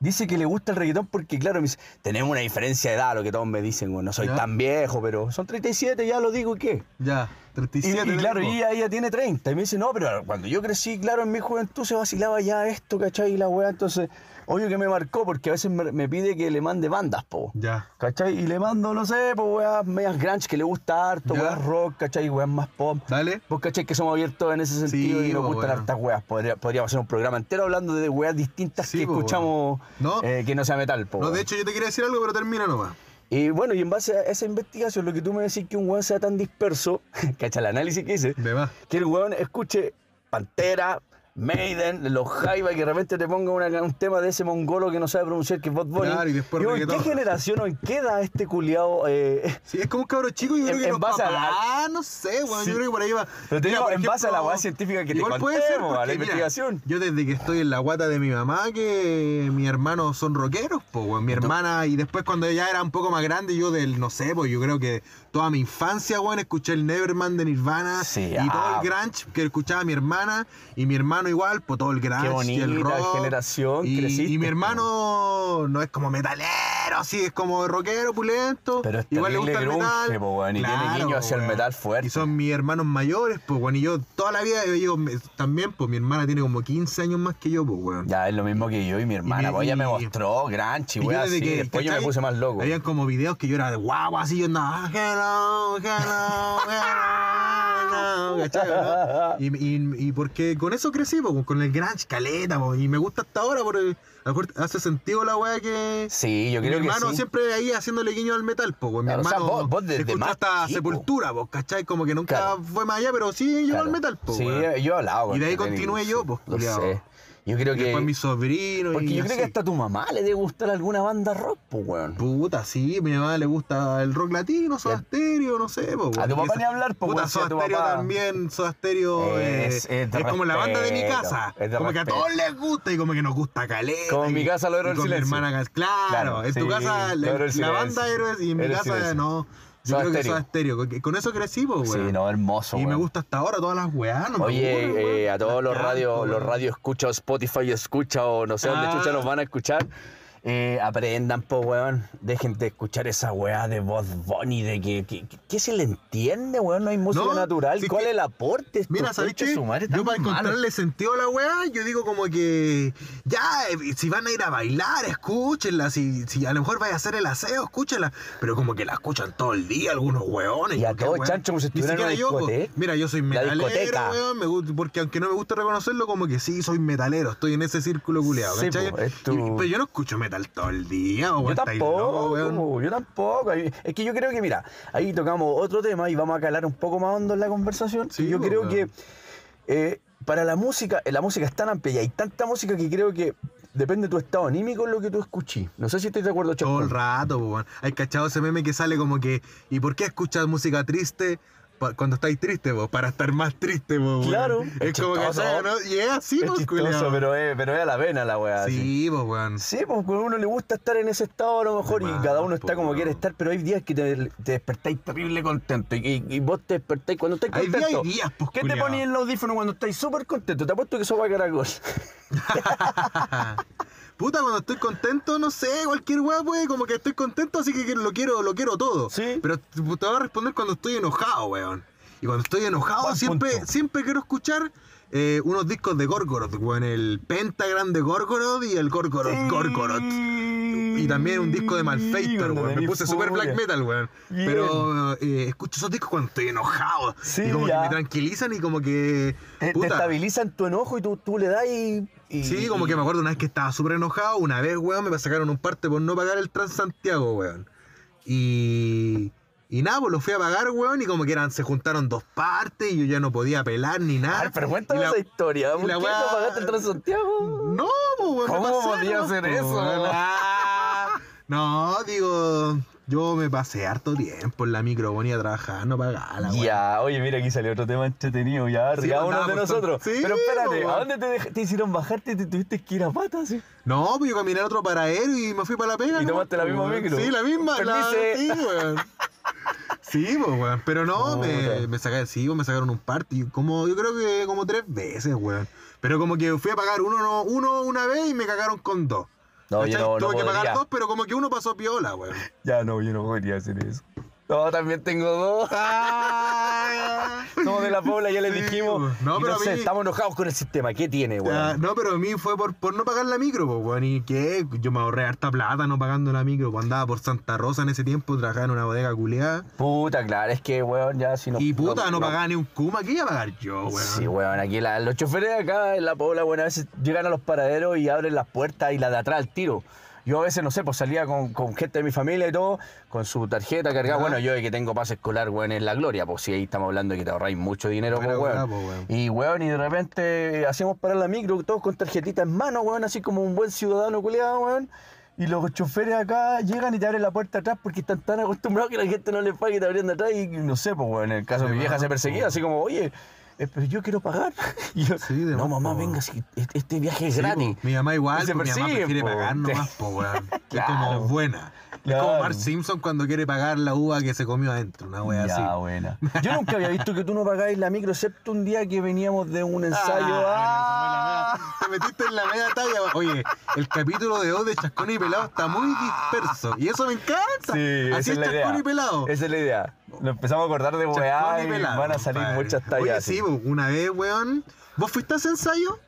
Speaker 3: dice que le gusta el reggaetón porque, claro, me dice, tenemos una diferencia de edad, lo que todos me dicen, weón, no soy
Speaker 2: Ya.
Speaker 3: tan viejo, pero son 37, ya lo digo, ¿y qué?
Speaker 2: Ya,
Speaker 3: Y,
Speaker 2: 37.
Speaker 3: y claro,
Speaker 2: tengo.
Speaker 3: ella, ella tiene 30. Y me dice, no, pero cuando yo crecí, claro, en mi juventud se vacilaba ya esto, ¿cachai? Y la weá, entonces, obvio que me marcó, porque a veces me, me pide que le mande bandas, po.
Speaker 2: Ya.
Speaker 3: ¿Cachai? Y le mando, no sé, pues weas medias grunge que le gusta harto,
Speaker 2: Ya.
Speaker 3: weas rock, ¿cachai? Weas más pop.
Speaker 2: Dale.
Speaker 3: Vos cachai que somos abiertos en ese sentido
Speaker 2: Sí,
Speaker 3: y nos
Speaker 2: po,
Speaker 3: gustan
Speaker 2: weón.
Speaker 3: hartas weas. Podría- podríamos hacer un programa entero hablando de weas distintas
Speaker 2: Sí,
Speaker 3: que
Speaker 2: po,
Speaker 3: escuchamos
Speaker 2: weón. No.
Speaker 3: eh, que no sea metal, po.
Speaker 2: No, de
Speaker 3: weón.
Speaker 2: hecho yo te quería decir algo, pero termina nomás.
Speaker 3: Y bueno, y en base a esa investigación, lo que tú me decís que un weón sea tan disperso, ¿cachai? El análisis que hice,
Speaker 2: De más.
Speaker 3: que el weón escuche Pantera, Maiden, los Jaiba, que de repente te ponga una- un tema de ese mongolo que no sabe pronunciar, que es Bot Bunny.
Speaker 2: Claro, y después
Speaker 3: Digo, ¿En qué
Speaker 2: reggaetón.
Speaker 3: generación o en qué edad este culiao eh,
Speaker 2: Sí, es como un cabro chico y yo
Speaker 3: En-
Speaker 2: creo que
Speaker 3: en
Speaker 2: los
Speaker 3: base a la-
Speaker 2: papás, no sé, weón,
Speaker 3: Sí.
Speaker 2: yo creo que por ahí va.
Speaker 3: Pero te
Speaker 2: Mira,
Speaker 3: digo,
Speaker 2: por
Speaker 3: en base a la
Speaker 2: ejemplo,
Speaker 3: weá científica que te
Speaker 2: igual puede
Speaker 3: conté,
Speaker 2: ser,
Speaker 3: po, a la
Speaker 2: porque, mira,
Speaker 3: investigación.
Speaker 2: yo desde que estoy en la guata de mi mamá, que mis hermanos son rockeros, po, weón, mi hermana, y después cuando ella era un poco más grande, yo del, no sé, pues yo creo que toda mi infancia, weón, escuché el Neverman de Nirvana
Speaker 3: Sí,
Speaker 2: y
Speaker 3: ah.
Speaker 2: todo el grunge que escuchaba mi hermana, y mi hermano igual, pues todo el grunge y el
Speaker 3: bonita
Speaker 2: rock.
Speaker 3: generación,
Speaker 2: y,
Speaker 3: creciste,
Speaker 2: y mi
Speaker 3: po.
Speaker 2: hermano no es como metalero, sí, es como rockero, pulento.
Speaker 3: Pero es
Speaker 2: igual le
Speaker 3: terrible
Speaker 2: gusta el
Speaker 3: grunge,
Speaker 2: metal.
Speaker 3: po, weón, y tiene guiño hacia el
Speaker 2: weón.
Speaker 3: metal fuerte.
Speaker 2: Y son mis hermanos mayores, pues, weón. Y yo toda la vida, yo digo, me- también, pues mi hermana tiene como 15 años más que yo, pues, weón.
Speaker 3: Ya es lo mismo que yo y mi hermana,
Speaker 2: mi-
Speaker 3: pues ella me
Speaker 2: y-
Speaker 3: mostró Granchi,
Speaker 2: Y
Speaker 3: güey,
Speaker 2: yo desde
Speaker 3: así.
Speaker 2: que,
Speaker 3: Después yo me
Speaker 2: ¿cachai?
Speaker 3: puse más loco.
Speaker 2: Habían como videos que yo era de guau, así yo andaba, "Ah, hello, hello, hello", ¿cachai, no? Y, y, y porque con eso crecí, po, con el grunge, caleta, po, y me gusta hasta ahora, porque a lo mejor hace sentido la weá que...
Speaker 3: Sí, yo
Speaker 2: Mi
Speaker 3: creo que
Speaker 2: hermano
Speaker 3: sí.
Speaker 2: siempre ahí haciéndole guiño al metal, po, güey. Mi
Speaker 3: Claro, o sea,
Speaker 2: hermano
Speaker 3: vos- vos desde
Speaker 2: escuchó
Speaker 3: más
Speaker 2: hasta
Speaker 3: chico.
Speaker 2: Sepultura, vos, ¿cachai? Como que nunca
Speaker 3: Claro.
Speaker 2: fue más allá, pero sí llegó
Speaker 3: Claro.
Speaker 2: al metal, po,
Speaker 3: Sí,
Speaker 2: güey.
Speaker 3: yo hablaba.
Speaker 2: Y de ahí
Speaker 3: con Titanic,
Speaker 2: continué yo,
Speaker 3: sí,
Speaker 2: pues,
Speaker 3: lo
Speaker 2: culiao.
Speaker 3: sé. Yo creo
Speaker 2: Y
Speaker 3: que.
Speaker 2: Después mi sobrino
Speaker 3: Porque
Speaker 2: y
Speaker 3: yo creo que
Speaker 2: así.
Speaker 3: hasta a tu mamá le debe gustar alguna banda rock, pues, weón.
Speaker 2: Puta, sí, mi mamá le gusta el rock latino, Soda
Speaker 3: Ya.
Speaker 2: Stereo, no sé, po, güey.
Speaker 3: A tu papá
Speaker 2: Esa-
Speaker 3: ni hablar, po,
Speaker 2: Puta,
Speaker 3: güey, si a
Speaker 2: Soda
Speaker 3: tu
Speaker 2: Stereo
Speaker 3: papá-
Speaker 2: también, Soda Stereo eh,
Speaker 3: Es-
Speaker 2: es,
Speaker 3: es de
Speaker 2: como la banda de mi
Speaker 3: respeto,
Speaker 2: casa.
Speaker 3: es de
Speaker 2: como que a
Speaker 3: respeto.
Speaker 2: todos les gusta y como que nos gusta caleta.
Speaker 3: Como en
Speaker 2: y-
Speaker 3: mi casa, los
Speaker 2: y
Speaker 3: Héroes del
Speaker 2: con mi
Speaker 3: Silencio.
Speaker 2: hermana, claro,
Speaker 3: Claro,
Speaker 2: en tu
Speaker 3: sí,
Speaker 2: casa
Speaker 3: los
Speaker 2: la,
Speaker 3: Héroes del
Speaker 2: la
Speaker 3: Silencio.
Speaker 2: banda Héroes y en mi
Speaker 3: Héroes del
Speaker 2: casa
Speaker 3: Silencio.
Speaker 2: no. Yo
Speaker 3: Soda
Speaker 2: creo que
Speaker 3: Stereo.
Speaker 2: Soda Stereo, con- con eso crecí, po,
Speaker 3: Sí,
Speaker 2: güey.
Speaker 3: no, hermoso.
Speaker 2: Y me
Speaker 3: weón.
Speaker 2: gusta hasta ahora todas las weas, no me aburro, weón.
Speaker 3: Oye, eh, a todos
Speaker 2: Las
Speaker 3: los
Speaker 2: canto,
Speaker 3: radios, los
Speaker 2: weón.
Speaker 3: radio escucha o Spotify escucha o no sé dónde
Speaker 2: Ah.
Speaker 3: chucha nos van a escuchar. eh, aprendan, po, weón. Dejen de escuchar esa weá de voz Bonnie, de que, que, que- ¿qué se le entiende, weón. No hay música
Speaker 2: No,
Speaker 3: natural.
Speaker 2: sí
Speaker 3: ¿Cuál
Speaker 2: que-
Speaker 3: es el aporte?
Speaker 2: Mira, ¿sabes
Speaker 3: ¿sabes
Speaker 2: qué? Yo para encontrarle sentido a la weá, yo digo como que ya, eh, si van a ir a bailar, escúchenla, si, si a lo mejor vaya a hacer el aseo, escúchenla, pero como que la escuchan todo el día algunos weones.
Speaker 3: Y
Speaker 2: como
Speaker 3: a
Speaker 2: que,
Speaker 3: todo
Speaker 2: weón,
Speaker 3: chancho como si
Speaker 2: ni
Speaker 3: estuviera en una
Speaker 2: siquiera yo, po.
Speaker 3: discoteca.
Speaker 2: Mira, yo soy
Speaker 3: La
Speaker 2: metalero,
Speaker 3: discoteca.
Speaker 2: weón, me gusta- porque aunque no me gusta reconocerlo, como que sí, soy metalero, estoy en ese círculo culeado,
Speaker 3: Sí,
Speaker 2: ¿cachai?
Speaker 3: po, es tu-
Speaker 2: Y- pero yo no escucho metal todo el día,
Speaker 3: Yo
Speaker 2: weón, estáis locos,
Speaker 3: tampoco,
Speaker 2: weón.
Speaker 3: yo tampoco. Ahí- Es que yo creo que, mira, ahí tocamos otro tema y vamos a calar un poco más hondo en la conversación.
Speaker 2: Sí,
Speaker 3: Y yo
Speaker 2: pues,
Speaker 3: creo que
Speaker 2: weón.
Speaker 3: eh, para la música, eh, la música es tan amplia y hay tanta música que creo que depende de tu estado anímico en lo que tú escuches. No sé si estoy de acuerdo,
Speaker 2: Todo
Speaker 3: Chaco.
Speaker 2: el rato, po, weón. Hay cachado ese meme que sale como que, ¿y por qué escuchas música triste pa- cuando estáis triste, vos? Para estar más triste, po, weón.
Speaker 3: Claro.
Speaker 2: Es,
Speaker 3: Es
Speaker 2: como
Speaker 3: chistoso.
Speaker 2: que, ¿sabes? ¿no? Y es así,
Speaker 3: Es
Speaker 2: pues,
Speaker 3: chistoso,
Speaker 2: culiao.
Speaker 3: pero es, pero es a la vena la weá. así.
Speaker 2: Sí, pues, weón.
Speaker 3: Sí, pues a uno le gusta estar en ese estado a lo mejor
Speaker 2: Además,
Speaker 3: y cada uno está
Speaker 2: pues,
Speaker 3: como
Speaker 2: weón.
Speaker 3: quiere estar, pero hay días que te, te despertáis terrible contento y, y- y vos te despertáis cuando estáis
Speaker 2: Hay días
Speaker 3: contento.
Speaker 2: y días, pues,
Speaker 3: ¿Qué te
Speaker 2: culiao.
Speaker 3: ponéis en el audífono cuando estáis súper contento? Te apuesto que eso va a caracol.
Speaker 2: Puta, cuando estoy contento, no sé, cualquier weá, pues, como que estoy contento, así que lo quiero, lo quiero todo.
Speaker 3: Sí.
Speaker 2: Pero te te voy a responder cuando estoy enojado, weón. Y cuando estoy enojado,
Speaker 3: Buen
Speaker 2: siempre,
Speaker 3: punto.
Speaker 2: siempre quiero escuchar eh, unos discos de Gorgoroth, weón. El Pentagram de Gorgoroth y el Gorgoroth Gorgoroth. Y también un disco de Malfator,
Speaker 3: Cuando
Speaker 2: weón. Me
Speaker 3: tenés
Speaker 2: puse super
Speaker 3: furia.
Speaker 2: black metal, weón.
Speaker 3: Bien.
Speaker 2: Pero eh, escucho esos discos cuando estoy enojado.
Speaker 3: Sí,
Speaker 2: y como
Speaker 3: ya.
Speaker 2: que me tranquilizan y como que.
Speaker 3: Te, te
Speaker 2: puta.
Speaker 3: estabilizan tu enojo y tú, tú le das y, y-
Speaker 2: Sí, como que me acuerdo una vez que estaba súper enojado. Una vez, weón, me sacaron un parte por no pagar el Transantiago, weón. Y. Y nada, pues los fui a pagar, weón, y como que eran, se juntaron dos partes y yo ya no podía pelar ni nada.
Speaker 3: Ay, pero
Speaker 2: Y
Speaker 3: cuéntame
Speaker 2: la-
Speaker 3: esa historia. ¿Por
Speaker 2: y
Speaker 3: qué
Speaker 2: la
Speaker 3: no
Speaker 2: weá-
Speaker 3: pagaste el Transantiago?
Speaker 2: No, pues, weón. me
Speaker 3: ¿Cómo
Speaker 2: pasé,
Speaker 3: podía
Speaker 2: ¿no?
Speaker 3: hacer
Speaker 2: Pues,
Speaker 3: eso,
Speaker 2: weón,
Speaker 3: weón?
Speaker 2: ah. No, digo, yo me pasé harto tiempo en la micro, ponía a trabajar, no pagaba la weá.
Speaker 3: Ya, oye, mira, aquí salió otro tema entretenido. Ya,
Speaker 2: Sí,
Speaker 3: riámonos de
Speaker 2: andamos con-
Speaker 3: nosotros.
Speaker 2: Sí,
Speaker 3: pero espérate,
Speaker 2: po,
Speaker 3: ¿a dónde te, dej- te hicieron bajarte? ¿Te tuviste que ir a patas? sí?
Speaker 2: No, pues yo caminé al otro paradero y me fui para la pega.
Speaker 3: ¿Y
Speaker 2: ¿no?
Speaker 3: tomaste la misma
Speaker 2: Weón.
Speaker 3: micro?
Speaker 2: Sí, la misma. La,
Speaker 3: Permiso.
Speaker 2: sí, weón. Sí, pues, weón. Pero no,
Speaker 3: Puta.
Speaker 2: me, me sacaron, sí, pues, me sacaron un party. Como, yo creo que como tres veces, weón. Pero como que fui a pagar uno, no, uno una vez y me cagaron con dos.
Speaker 3: No, yo
Speaker 2: ¿Cachai?
Speaker 3: no, no
Speaker 2: Tuve que
Speaker 3: podría.
Speaker 2: pagar dos, pero como que uno pasó piola, weón.
Speaker 3: Ya, no, yo no podría hacer eso. No, también tengo dos.
Speaker 2: Ah.
Speaker 3: Somos de la Pobla, ya les
Speaker 2: Sí,
Speaker 3: dijimos.
Speaker 2: no,
Speaker 3: Y
Speaker 2: pero a
Speaker 3: sé,
Speaker 2: mí-
Speaker 3: estamos enojados con el sistema. ¿Qué tiene, weón?
Speaker 2: Ah, no, pero a mí fue por, por no pagar la micro, pues, weón. ¿Y qué? Yo me ahorré harta plata no pagando la micro. Pues andaba por Santa Rosa en ese tiempo, trabajaba en una bodega culeada.
Speaker 3: Puta, claro, es que, weón, ya si no.
Speaker 2: Y puta, no, pagaba ni un kuma, ¿qué iba a pagar yo, weón?
Speaker 3: Sí, weón, aquí la- los choferes de acá en la Pobla, weón, a veces llegan a los paraderos y abren las puertas y la de atrás al tiro. Yo a veces, no sé, pues salía con, con gente de mi familia y todo, con su tarjeta cargada.
Speaker 2: Ajá.
Speaker 3: Bueno, yo de que tengo pase escolar, weón, es la gloria, pues sí, ahí estamos hablando de que te ahorráis mucho dinero, pues,
Speaker 2: Buena weá,
Speaker 3: weón.
Speaker 2: pues, weón.
Speaker 3: Y, weón, y de repente hacemos parar la micro, todos con tarjetita en mano, weón, así como un buen ciudadano culiado, weón. Y los choferes acá llegan y te abren la puerta atrás porque están tan acostumbrados que la gente no les paga y te abren de atrás. Y no sé, pues, weón, en el caso de mi vieja se perseguía, así como, oye, eh, pero yo quiero pagar. Y yo,
Speaker 2: Sí, de
Speaker 3: no,
Speaker 2: más,
Speaker 3: mamá,
Speaker 2: po.
Speaker 3: venga, si este- este viaje es
Speaker 2: Sí,
Speaker 3: gratis.
Speaker 2: po. Mi mamá igual,
Speaker 3: Se
Speaker 2: pues, mi mamá
Speaker 3: persiguen,
Speaker 2: prefiere
Speaker 3: po.
Speaker 2: pagar nomás, po, weón.
Speaker 3: Claro.
Speaker 2: Es como buena. Es
Speaker 3: Claro.
Speaker 2: como Mark Simpson cuando quiere pagar la uva que se comió adentro, una wea así.
Speaker 3: Ya, buena. Yo nunca había visto que tú no pagáis la micro, excepto un día que veníamos de un ensayo.
Speaker 2: Ah,
Speaker 3: ¡Ah!
Speaker 2: Te metiste en la media talla. weón. Oye, el capítulo de hoy de Chascón y Pelado está muy disperso. Y eso me encanta.
Speaker 3: Sí,
Speaker 2: Así
Speaker 3: esa es la
Speaker 2: es
Speaker 3: idea.
Speaker 2: Chascón y Pelado.
Speaker 3: Esa es la idea. Lo empezamos a acordar de weá
Speaker 2: Chascón
Speaker 3: y
Speaker 2: y pelado,
Speaker 3: van a salir
Speaker 2: compadre.
Speaker 3: muchas
Speaker 2: Oye,
Speaker 3: tallas.
Speaker 2: sí,
Speaker 3: así.
Speaker 2: po, una vez, weón. ¿Vos fuiste a ese ensayo?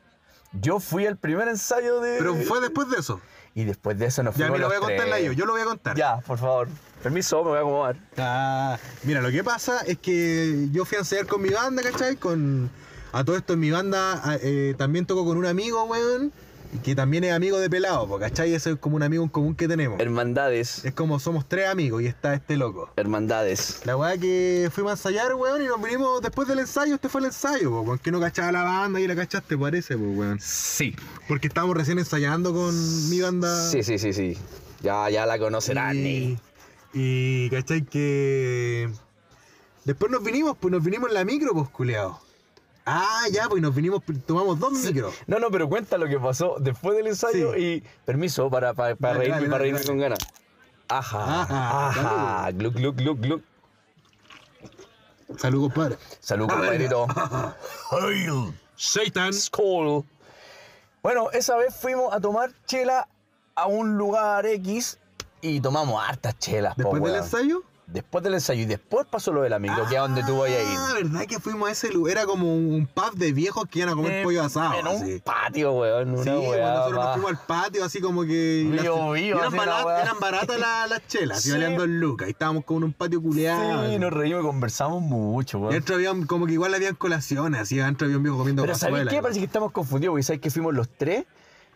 Speaker 3: Yo fui al primer ensayo de.
Speaker 2: Pero fue después de eso.
Speaker 3: Y después de eso nos
Speaker 2: Ya,
Speaker 3: fuimos.
Speaker 2: mira, voy a
Speaker 3: los
Speaker 2: contarla
Speaker 3: tres.
Speaker 2: yo. Yo lo voy a contar.
Speaker 3: Ya, por favor. Permiso, me voy a acomodar.
Speaker 2: Ah, mira, lo que pasa es que yo fui a ensayar con mi banda, ¿cachai? Con, a todo esto en mi banda a- eh, también toco con un amigo, weón, y que también es amigo de pelado, po, ¿cachai? Eso es como un amigo en común que tenemos.
Speaker 3: Hermandades.
Speaker 2: Es como somos tres amigos y está este loco.
Speaker 3: Hermandades.
Speaker 2: La weá que fuimos a ensayar, weón, y nos vinimos después del ensayo, este fue el ensayo, po, weón, que no cachaba la banda y la cachaste, parece, po, weón.
Speaker 4: Sí.
Speaker 2: Porque estábamos recién ensayando con mi banda.
Speaker 3: Sí, sí, sí, sí. Ya, ya la conocerán. eh.
Speaker 2: Y, y cachai que. Después nos vinimos, pues nos vinimos en la micro, pues culeado. Ah, ya, pues nos vinimos, tomamos dos micros.
Speaker 3: No, no, pero cuenta lo que pasó después del ensayo y permiso para, para, para
Speaker 2: Dale,
Speaker 3: reírme,
Speaker 2: dale,
Speaker 3: para
Speaker 2: dale,
Speaker 3: reírme
Speaker 2: dale. Ah,
Speaker 3: con ganas. Ajá,
Speaker 2: Ajá,
Speaker 3: ajá, gluc, gluc, gluc, gluc.
Speaker 2: Salud, compadre.
Speaker 3: Salud, compadrito.
Speaker 2: Satan.
Speaker 3: Skull. Bueno, esa vez fuimos a tomar chela a un lugar X y tomamos hartas chelas. po,
Speaker 2: Después del
Speaker 3: Oh, weón.
Speaker 2: ensayo.
Speaker 3: Después del ensayo y después pasó lo de la micro, que es a donde tú vayas a ir.
Speaker 2: Ah, verdad que fuimos a ese lugar. Era como un pub de viejos que iban a comer
Speaker 3: Eh,
Speaker 2: pollo asado.
Speaker 3: En un
Speaker 2: así.
Speaker 3: patio, weón. Una
Speaker 2: Sí,
Speaker 3: weá,
Speaker 2: bueno, nosotros
Speaker 3: va.
Speaker 2: nos fuimos al patio, así como que. y
Speaker 3: Vivo,
Speaker 2: las- y
Speaker 3: vivo,
Speaker 2: eran,
Speaker 3: así la
Speaker 2: barat-
Speaker 3: weá.
Speaker 2: eran baratas la- las chelas,
Speaker 3: Sí.
Speaker 2: y valían dos lucas. Y estábamos como en un patio culeado.
Speaker 3: Sí,
Speaker 2: así.
Speaker 3: nos reímos y conversamos mucho,
Speaker 2: Y
Speaker 3: weón.
Speaker 2: adentro había, como que igual habían colaciones, así adentro había un viejo comiendo
Speaker 3: Pero ¿sabéis
Speaker 2: cazuela,
Speaker 3: qué?
Speaker 2: ¿no?
Speaker 3: Parece que estamos confundidos, porque ¿sabéis que fuimos los tres?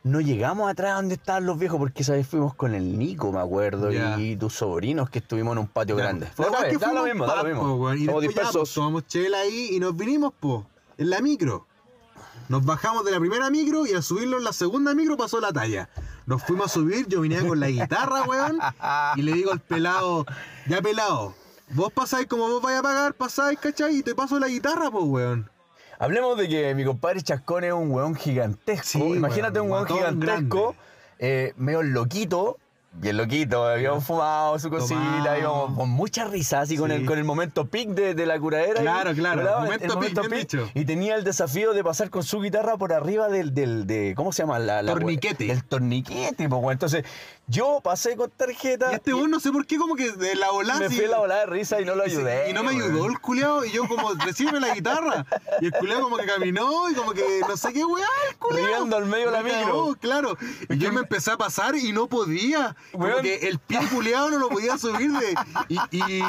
Speaker 3: No llegamos atrás donde estaban los viejos, porque esa vez fuimos con el Nico, me acuerdo,
Speaker 2: Ya.
Speaker 3: y tus sobrinos que estuvimos en un patio
Speaker 2: Ya,
Speaker 3: grande.
Speaker 2: la
Speaker 3: Fue otra
Speaker 2: weá es
Speaker 3: vez,
Speaker 2: que
Speaker 3: da lo
Speaker 2: fuimos
Speaker 3: mismo,
Speaker 2: pub,
Speaker 3: da lo
Speaker 2: po,
Speaker 3: mismo.
Speaker 2: weón, y
Speaker 3: Estamos
Speaker 2: después ya,
Speaker 3: dispersos.
Speaker 2: pues, tomamos chela ahí y nos vinimos, po, en la micro. Nos bajamos de la primera micro y al subirlo en la segunda micro pasó la talla. Nos fuimos a subir, yo venía con la guitarra, weón, y le digo al pelado, ya pelado, vos pasáis como vos vais a pagar, pasáis, ¿cachai? Y te paso la guitarra, pues, weón.
Speaker 3: Hablemos de que mi compadre Chascón es un weón gigantesco.
Speaker 2: Sí,
Speaker 3: Imagínate
Speaker 2: weón,
Speaker 3: un weón
Speaker 2: guatón
Speaker 3: gigantesco, eh, medio loquito, bien loquito, habíamos fumado su cosita,
Speaker 2: Tomado.
Speaker 3: íbamos con mucha risa, así con,
Speaker 2: Sí.
Speaker 3: el, con el momento pic de, de la curadera.
Speaker 2: Claro, claro,
Speaker 3: ¿verdad?
Speaker 2: momento pic, bien dicho.
Speaker 3: Y tenía el desafío de pasar con su guitarra por arriba del, del de, ¿cómo se llama? La, la-
Speaker 2: Torniquete.
Speaker 3: El torniquete, pues, weón. Entonces, yo pasé con tarjeta.
Speaker 2: Y este
Speaker 3: y
Speaker 2: weón, no sé por qué, como que de la volada.
Speaker 3: me
Speaker 2: así-
Speaker 3: fui a la volada de risa y no lo
Speaker 2: Y se-
Speaker 3: ayudé.
Speaker 2: Y no me
Speaker 3: weón.
Speaker 2: ayudó el culeado. Y yo como, recibe la guitarra. Y el culeado como que caminó y como que no sé qué weá, el culeado.
Speaker 3: Riendo al medio de la
Speaker 2: Me
Speaker 3: micro.
Speaker 2: cagó, claro. Y yo me empecé a pasar y no podía.
Speaker 3: Weón.
Speaker 2: Porque el pie culeado no lo podía subir de. Y, y,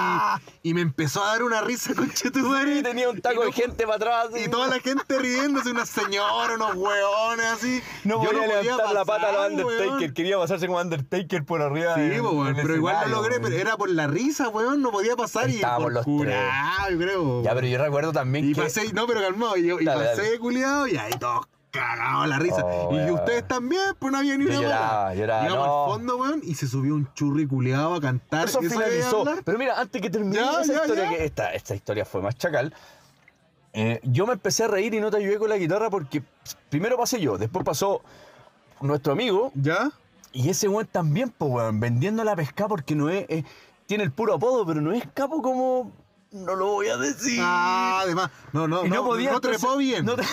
Speaker 2: y me empezó a dar una risa con
Speaker 3: Y tenía un taco de gente para atrás. así.
Speaker 2: Y toda la gente riéndose, una señora, unos weones así.
Speaker 3: No
Speaker 2: Yo
Speaker 3: podía
Speaker 2: podía
Speaker 3: levantar la pata a la
Speaker 2: pasar,
Speaker 3: Undertaker,
Speaker 2: weón.
Speaker 3: quería pasarse como Undertaker. Undertaker por arriba.
Speaker 2: Sí,
Speaker 3: del-
Speaker 2: po, weón,
Speaker 3: del
Speaker 2: pero igual
Speaker 3: escenario,
Speaker 2: lo logré,
Speaker 3: weón.
Speaker 2: pero era por la risa, weón, no podía pasar y
Speaker 3: Estábamos
Speaker 2: por
Speaker 3: los
Speaker 2: curado, yo creo.
Speaker 3: Ya, pero yo recuerdo también
Speaker 2: y
Speaker 3: que.
Speaker 2: pasé, no, pero calmado, y, yo- y
Speaker 3: Dale,
Speaker 2: pasé
Speaker 3: dale.
Speaker 2: culiado y ahí todos cagados la risa.
Speaker 3: Oh,
Speaker 2: y
Speaker 3: weón.
Speaker 2: ustedes también, pues no había ni
Speaker 3: Yo
Speaker 2: una
Speaker 3: lloraba,
Speaker 2: bola.
Speaker 3: lloraba,
Speaker 2: Llegamos
Speaker 3: no.
Speaker 2: al fondo, weón, y se subió un churri culiado a cantar.
Speaker 3: Eso
Speaker 2: y que iba a
Speaker 3: finalizó.
Speaker 2: hablar.
Speaker 3: Pero mira, antes que termine
Speaker 2: Ya,
Speaker 3: esa
Speaker 2: ya,
Speaker 3: historia,
Speaker 2: ya.
Speaker 3: que esta, esta historia fue más chacal, eh, yo me empecé a reír y no te ayudé con la guitarra porque primero pasé yo, después pasó nuestro amigo
Speaker 2: ¿Ya?
Speaker 3: y ese weón también, pues weón, vendiendo la pesca porque no es, es- Tiene el puro apodo, pero no es capo como. No lo voy a decir.
Speaker 2: Ah, además, no, no,
Speaker 3: Y no
Speaker 2: no,
Speaker 3: podía,
Speaker 2: no trepó
Speaker 3: entonces,
Speaker 2: bien.
Speaker 3: no tre-